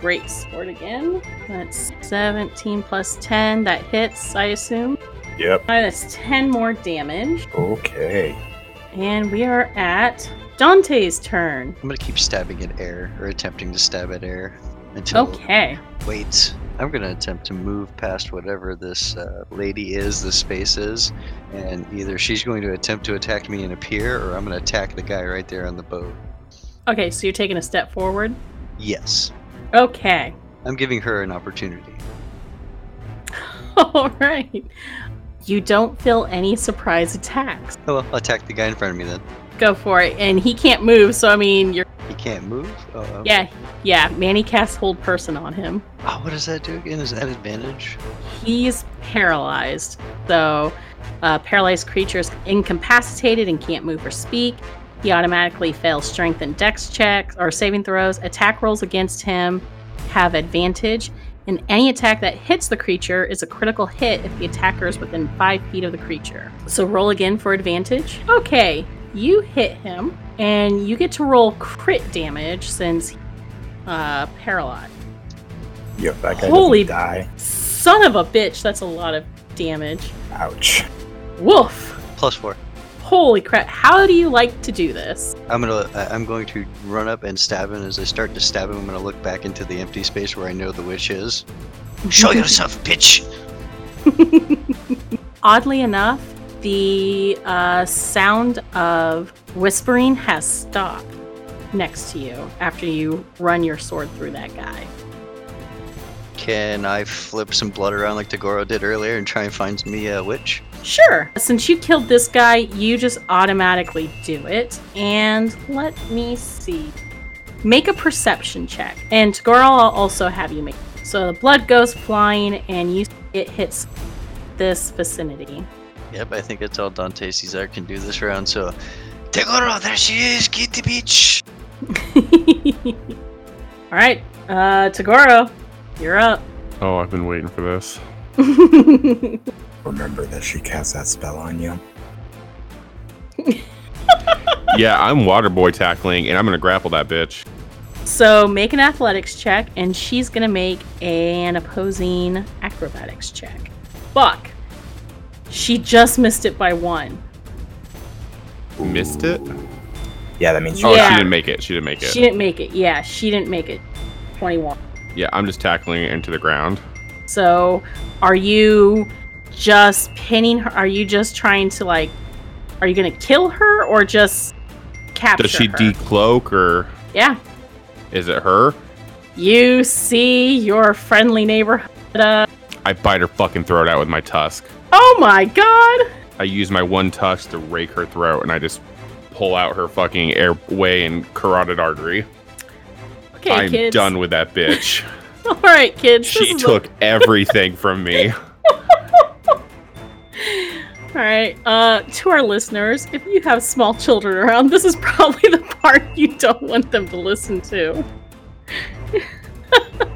Speaker 2: great sword again. That's 17 plus 10. That hits, I assume.
Speaker 4: Yep.
Speaker 2: Alright, that's 10 more damage.
Speaker 4: Okay.
Speaker 2: And we are at Dante's turn.
Speaker 6: I'm gonna keep stabbing at air or attempting to stab at air until
Speaker 2: Okay.
Speaker 6: wait. I'm gonna attempt to move past whatever this uh, lady is, this space is, and either she's going to attempt to attack me and appear, or I'm gonna attack the guy right there on the boat.
Speaker 2: Okay, so you're taking a step forward.
Speaker 6: Yes,
Speaker 2: Okay.
Speaker 6: I'm giving her an opportunity.
Speaker 2: All right. You don't feel any surprise attacks.
Speaker 6: Oh, well, I'll attack the guy in front of me then.
Speaker 2: Go for it. And he can't move, so I mean, you're.
Speaker 6: He can't move. Oh, oh.
Speaker 2: Yeah, yeah. Manny casts hold person on him.
Speaker 6: Oh, what does that do again? Is that advantage?
Speaker 2: He's paralyzed. So, uh, paralyzed creatures incapacitated and can't move or speak. He automatically fails strength and dex checks or saving throws. Attack rolls against him have advantage, and any attack that hits the creature is a critical hit if the attacker is within five feet of the creature. So, roll again for advantage. Okay. You hit him, and you get to roll crit damage since uh, paralyzed.
Speaker 4: Yep, that guy
Speaker 2: Holy-
Speaker 4: Holy die.
Speaker 2: Son of a bitch, that's a lot of damage.
Speaker 4: Ouch.
Speaker 2: Woof!
Speaker 6: Plus four.
Speaker 2: Holy crap, how do you like to do this?
Speaker 6: I'm gonna. I- I'm going to run up and stab him. As I start to stab him, I'm gonna look back into the empty space where I know the witch is. Show yourself, bitch.
Speaker 2: Oddly enough, the uh, sound of whispering has stopped next to you after you run your sword through that guy.
Speaker 6: Can I flip some blood around like Tagoro did earlier and try and find me a witch?
Speaker 2: Sure. Since you killed this guy, you just automatically do it. And let me see. Make a perception check. And Tagoro, I'll also have you make. So the blood goes flying, and you it hits this vicinity.
Speaker 6: Yep, I think it's all Dante Cesar can do this round. So, Tagoro, there she is, kitty bitch.
Speaker 2: All right, uh, Tagoro, you're up.
Speaker 3: Oh, I've been waiting for this.
Speaker 4: Remember that she cast that spell on you.
Speaker 7: yeah, I'm waterboy tackling, and I'm gonna grapple that bitch.
Speaker 2: so make an athletics check, and she's gonna make an opposing acrobatics check. Fuck. She just missed it by one.
Speaker 7: Missed it?
Speaker 4: Yeah, that means you
Speaker 7: Oh,
Speaker 2: Yeah.
Speaker 7: she didn't make it. She didn't make it.
Speaker 2: She didn't make it. Yeah, she didn't make it. 21.
Speaker 7: yeah, I'm just tackling it into the ground.
Speaker 2: So, are you just pinning her? Are you just trying to like are you going to kill her or just capture
Speaker 7: Does she
Speaker 2: her?
Speaker 7: decloak or
Speaker 2: yeah.
Speaker 7: is it her?
Speaker 2: You see your friendly neighborhood. Uh,
Speaker 7: I bite her fucking throat out with my tusk.
Speaker 2: oh my god.
Speaker 7: I use my one tusk to rake her throat, and I just pull out her fucking airway and carotid artery.
Speaker 2: Okay,
Speaker 7: I'm
Speaker 2: kids.
Speaker 7: done with that bitch.
Speaker 2: All right, kids. this
Speaker 7: she
Speaker 2: is
Speaker 7: took everything from me.
Speaker 2: All right. Uh, to our listeners, if you have small children around, this is probably the part you don't want them to listen to.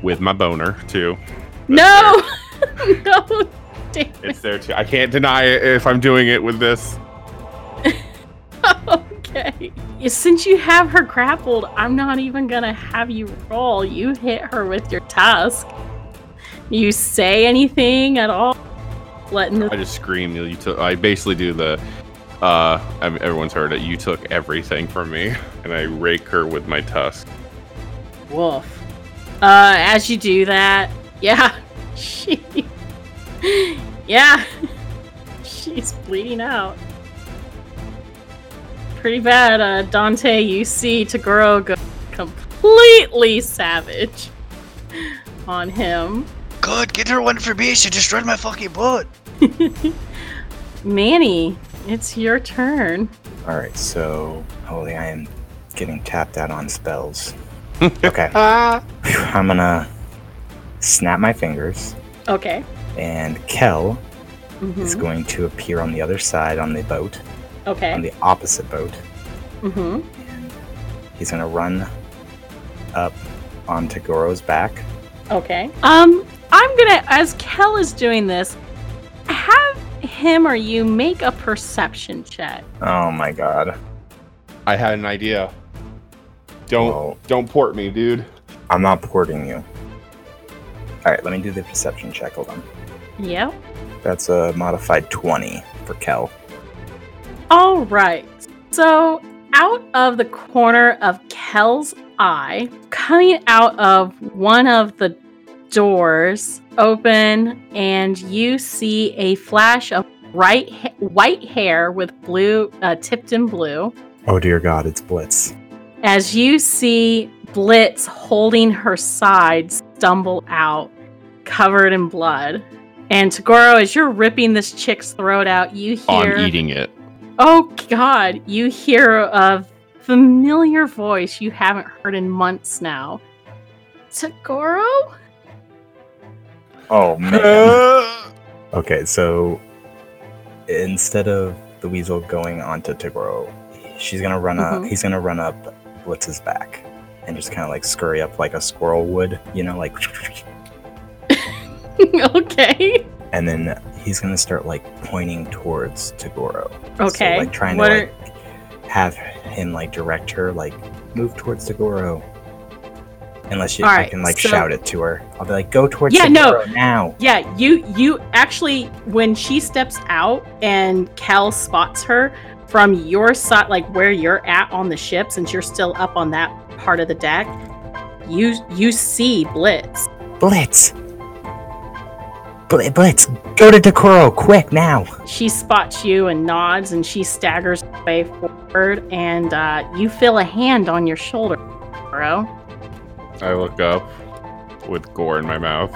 Speaker 7: With my boner, too.
Speaker 2: No. no. Damn it.
Speaker 7: It's there, too. I can't deny it if I'm doing it with this.
Speaker 2: Okay. Since you have her grappled, I'm not even gonna have you roll. You hit her with your tusk. You say anything at all? Letting
Speaker 7: I
Speaker 2: the
Speaker 7: just scream. You took. I basically do the. Uh, I mean, everyone's heard it. You took everything from me, and I rake her with my tusk.
Speaker 2: wolf. Uh, as you do that, yeah, she, yeah, she's bleeding out. Pretty bad, uh, Dante. You see Tagoro go completely savage on him.
Speaker 6: God, get her one for me. She destroyed my fucking boat.
Speaker 2: Manny, it's your turn.
Speaker 4: All right, so holy, I am getting tapped out on spells. okay, Phew, I'm gonna snap my fingers,
Speaker 2: Okay.
Speaker 4: and Kel is
Speaker 2: hmm
Speaker 4: going to appear on the other side on the boat, on
Speaker 2: Okay.
Speaker 4: the opposite boat,
Speaker 2: hmm
Speaker 4: and he's gonna run up onto Goro's back.
Speaker 2: Okay. Um, I'm gonna, as Kel is doing this, have him or you make a perception check.
Speaker 4: Oh my god!
Speaker 7: I had an idea. Don't
Speaker 4: Well,
Speaker 7: don't port me, dude.
Speaker 4: I'm not porting you. All right, let me do the perception check. Hold on.
Speaker 2: Yep.
Speaker 4: That's a modified 20 for Kel.
Speaker 2: All right. So, out of the corner of Kel's eye, coming out of one of the doors open, and you see a flash of bright ha- white hair with blue, uh, tipped in blue.
Speaker 4: Oh dear god, it's Blitz.
Speaker 2: As you see Blitz holding her side stumble out, covered in blood. And Tagoro, as you're ripping this chick's throat out, you hear.
Speaker 7: I'm eating it.
Speaker 2: Oh God! You hear a familiar voice you haven't heard in months now. Tagoro?
Speaker 4: Oh man. Okay, so instead of the weasel going onto Tagoro, she's gonna run up.
Speaker 2: Mhm.
Speaker 4: He's gonna run up Blitz's back and just kind of like scurry up like a squirrel would, you know, like.
Speaker 2: okay.
Speaker 4: And then he's gonna start like pointing towards Tagoro. So,
Speaker 2: Okay.
Speaker 4: like trying
Speaker 2: what
Speaker 4: to
Speaker 2: are-
Speaker 4: like have him like direct her, like move towards Seguro. Unless you,
Speaker 2: All
Speaker 4: I
Speaker 2: right,
Speaker 4: can like
Speaker 2: so-
Speaker 4: shout it to her. I'll be like, go towards
Speaker 2: Yeah, no.
Speaker 4: Seguro now.
Speaker 2: Yeah, you you actually when she steps out and Cal spots her from your side, like where you're at on the ship, since you're still up on that part of the deck, you you see Blitz.
Speaker 4: Blitz. Bl- Blitz, go to Decoro quick now.
Speaker 2: She spots you and nods, and she staggers way forward, and uh, you feel a hand on your shoulder, bro.
Speaker 3: I look up with gore in my mouth.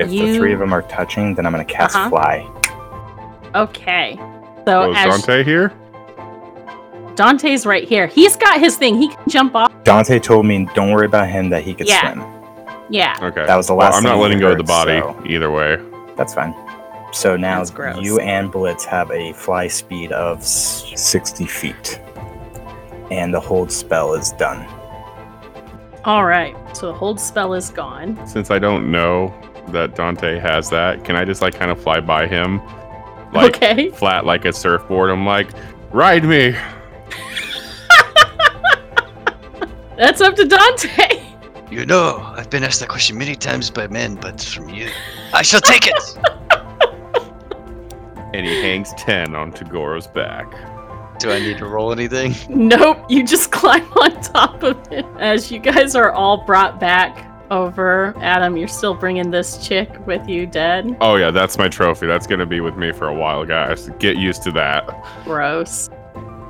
Speaker 4: If
Speaker 2: You-
Speaker 4: the three of them are touching, then I'm gonna cast
Speaker 2: Uh-huh.
Speaker 4: fly.
Speaker 2: Okay, so
Speaker 3: oh, is
Speaker 2: as
Speaker 3: Dante here?
Speaker 2: Dante's right here, he's got his thing. He can jump off.
Speaker 4: Dante told me, don't worry about him; that he could
Speaker 2: Yeah.
Speaker 4: swim.
Speaker 2: Yeah.
Speaker 3: Okay.
Speaker 4: That was the
Speaker 3: Well,
Speaker 4: last.
Speaker 3: I'm not
Speaker 4: thing we
Speaker 3: letting go of the body
Speaker 4: heard, so
Speaker 3: either way.
Speaker 4: that's fine. So now
Speaker 2: That's gross.
Speaker 4: you and Blitz have a fly speed of s- 60 feet, and the hold spell is done.
Speaker 2: All right, so the hold spell is gone.
Speaker 3: Since I don't know that Dante has that, can I just like kind of fly by him, like
Speaker 2: okay.
Speaker 3: flat like a surfboard? I'm like, ride me.
Speaker 2: That's up to Dante.
Speaker 6: You know, I've been asked that question many times by men, but from you, I shall take it.
Speaker 3: And he hangs ten on Tagoro's back.
Speaker 6: Do I need to roll anything?
Speaker 2: Nope, you just climb on top of it. As you guys are all brought back over, Adam, you're still bringing this chick with you dead.
Speaker 3: Oh yeah, that's my trophy. That's gonna be with me for a while, guys. Get used to that.
Speaker 2: Gross.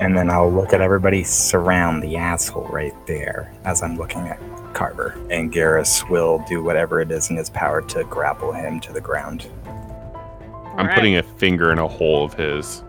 Speaker 4: And then I'll look at everybody surround the asshole right there as I'm looking at Carver. And Garrus will do whatever it is in his power to grapple him to the ground.
Speaker 3: I'm putting a finger in a hole of his,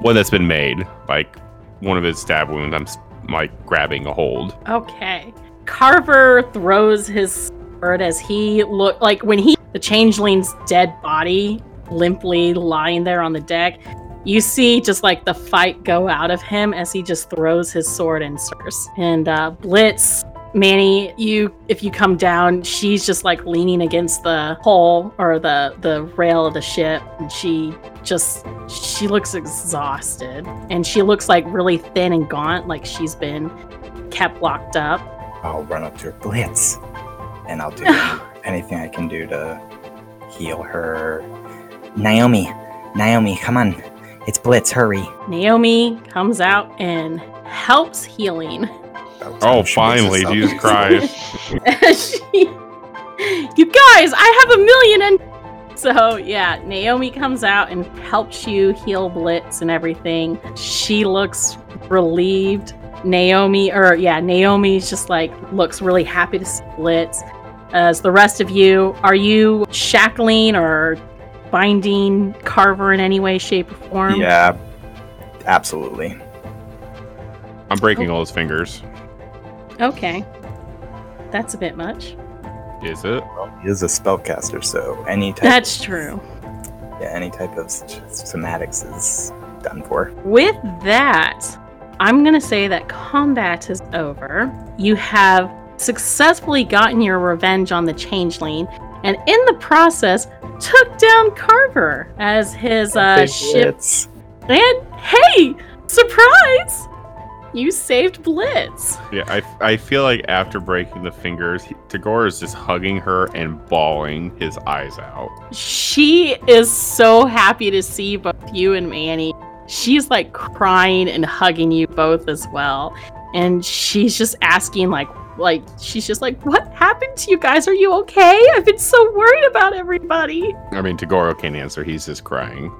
Speaker 3: one that's been made, like one of his stab wounds. I'm s- like grabbing a hold.
Speaker 2: Okay. Carver throws his sword as he look like when he the changeling's dead body limply lying there on the deck. You see just like the fight go out of him as he just throws his sword and Circe. And uh, Blitz, Manny, you if you come down, she's just like leaning against the hull or the the rail of the ship, and she just she looks exhausted and she looks like really thin and gaunt, like she's been kept locked up.
Speaker 4: I'll run up to her, Blitz! And I'll do anything I can do to heal her. Naomi! Naomi, come on! It's Blitz, hurry!
Speaker 2: Naomi comes out and helps healing.
Speaker 3: Oh, finally, Jesus Christ.
Speaker 2: she, you guys, I have a million and so yeah, Naomi comes out and helps you heal Blitz and everything. She looks relieved. Naomi, or yeah, Naomi's just like looks really happy to see Blitz. As the rest of you, are you shackling or binding Carver in any way, shape, or form?
Speaker 4: Yeah, absolutely.
Speaker 3: I'm breaking all his fingers.
Speaker 2: Okay. That's a bit much.
Speaker 3: Is it?
Speaker 4: He is a spellcaster, so any type
Speaker 2: That's true.
Speaker 4: yeah, any type of s- somatics is done for.
Speaker 2: With that, I'm going to say that combat is over. You have successfully gotten your revenge on the changeling and in the process took down Carver as his uh,
Speaker 4: Big
Speaker 2: ship.
Speaker 4: Blitz.
Speaker 2: And hey, surprise! You saved Blitz.
Speaker 3: Yeah, I, I feel like after breaking the fingers, he- Tagore is just hugging her and bawling his eyes out.
Speaker 2: She is so happy to see both you and Manny. She's like crying and hugging you both as well. And she's just asking like like she's just like, What happened to you guys? Are you okay? I've been so worried about everybody.
Speaker 3: I mean, Tagore can't answer. He's just crying.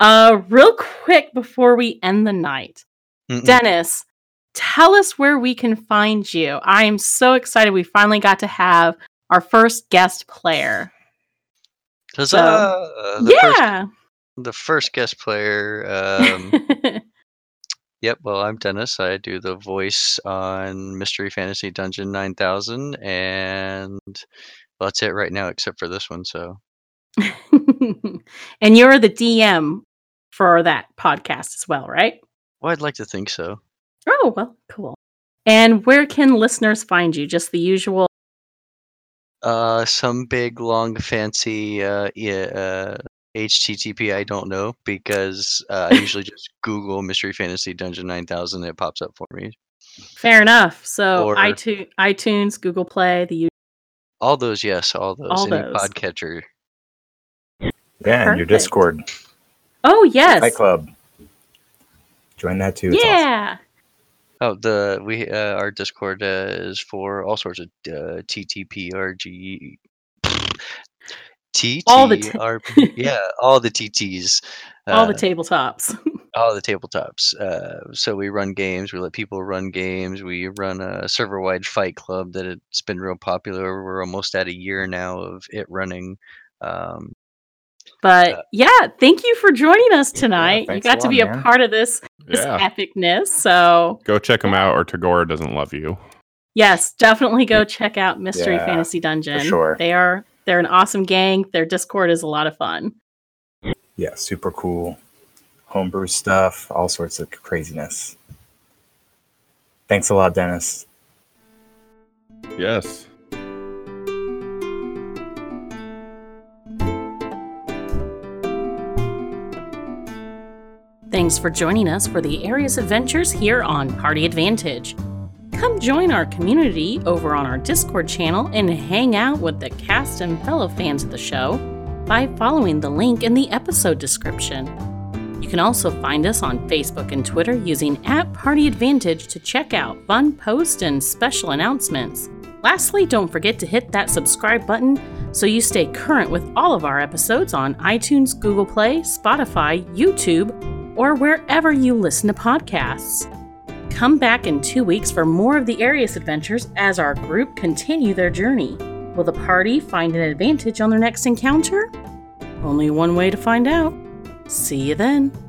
Speaker 2: Uh real quick before we end the night.
Speaker 6: Mm-mm.
Speaker 2: Dennis, tell us where we can find you. I am so excited we finally got to have our first guest player.
Speaker 6: Huzzah! Uh, The first,
Speaker 2: um, yeah.
Speaker 6: the first guest player. Um, Yep, well, I'm Dennis. I do the voice on Mystery Fantasy Dungeon 9000, and well, that's it right now, except for this one. So,
Speaker 2: and you're the DM for that podcast as well, right?
Speaker 6: well, I'd like to think so.
Speaker 2: Oh, well, cool. And where can listeners find you? Just the usual
Speaker 6: Uh, some big, long, fancy uh, yeah, uh, HTTP. I don't know because uh, I usually just Google Mystery Fantasy Dungeon 9000. It pops up for me.
Speaker 11: Fair enough. So
Speaker 6: Or-
Speaker 11: iTunes, iTunes, Google Play, the U-
Speaker 6: All those, yes, all those.
Speaker 11: All
Speaker 6: Any
Speaker 11: those.
Speaker 6: podcatcher.
Speaker 4: Yeah, and your
Speaker 11: Perfect.
Speaker 4: Discord
Speaker 11: Oh yes,
Speaker 4: Fight Club. Join that too. It's awesome.
Speaker 11: yeah.
Speaker 6: Oh, the we uh, our Discord uh, is for all sorts of uh, TTPRG. E
Speaker 11: All the t-
Speaker 6: TTRP yeah, all the TTs,
Speaker 11: All the
Speaker 6: uh,
Speaker 11: tabletops.
Speaker 6: all the tabletops. Uh, so we run games. We let people run games. We run a server-wide fight club that it's been real popular. We're almost at a year now of it running. Um,
Speaker 11: But yeah, thank you for joining us tonight. you
Speaker 4: uh, thanks a
Speaker 11: got to
Speaker 4: lot,
Speaker 11: be a
Speaker 4: man.
Speaker 11: part of this this
Speaker 3: Yeah.
Speaker 11: epicness. So
Speaker 3: Go check them out, or Tagora doesn't love you.
Speaker 11: yes, definitely go check out Mystery
Speaker 4: Yeah,
Speaker 11: Fantasy Dungeon.
Speaker 4: sure.
Speaker 11: They are they're an awesome gang. Their Discord is a lot of fun.
Speaker 4: Yeah, super cool. Homebrew stuff, all sorts of craziness. Thanks a lot, Dennis.
Speaker 3: Yes.
Speaker 2: Thanks for joining us for the Arius Adventures here on Party Advantage. Come join our community over on our Discord channel and hang out with the cast and fellow fans of the show by following the link in the episode description. You can also find us on Facebook and Twitter using at Party Advantage to check out fun posts and special announcements. Lastly, don't forget to hit that subscribe button so you stay current with all of our episodes on iTunes, Google Play, Spotify, YouTube, or wherever you listen to podcasts. Come back in two weeks for more of the Arius adventures as our group continue their journey. Will the party find an advantage on their next encounter? Only one way to find out. See you then.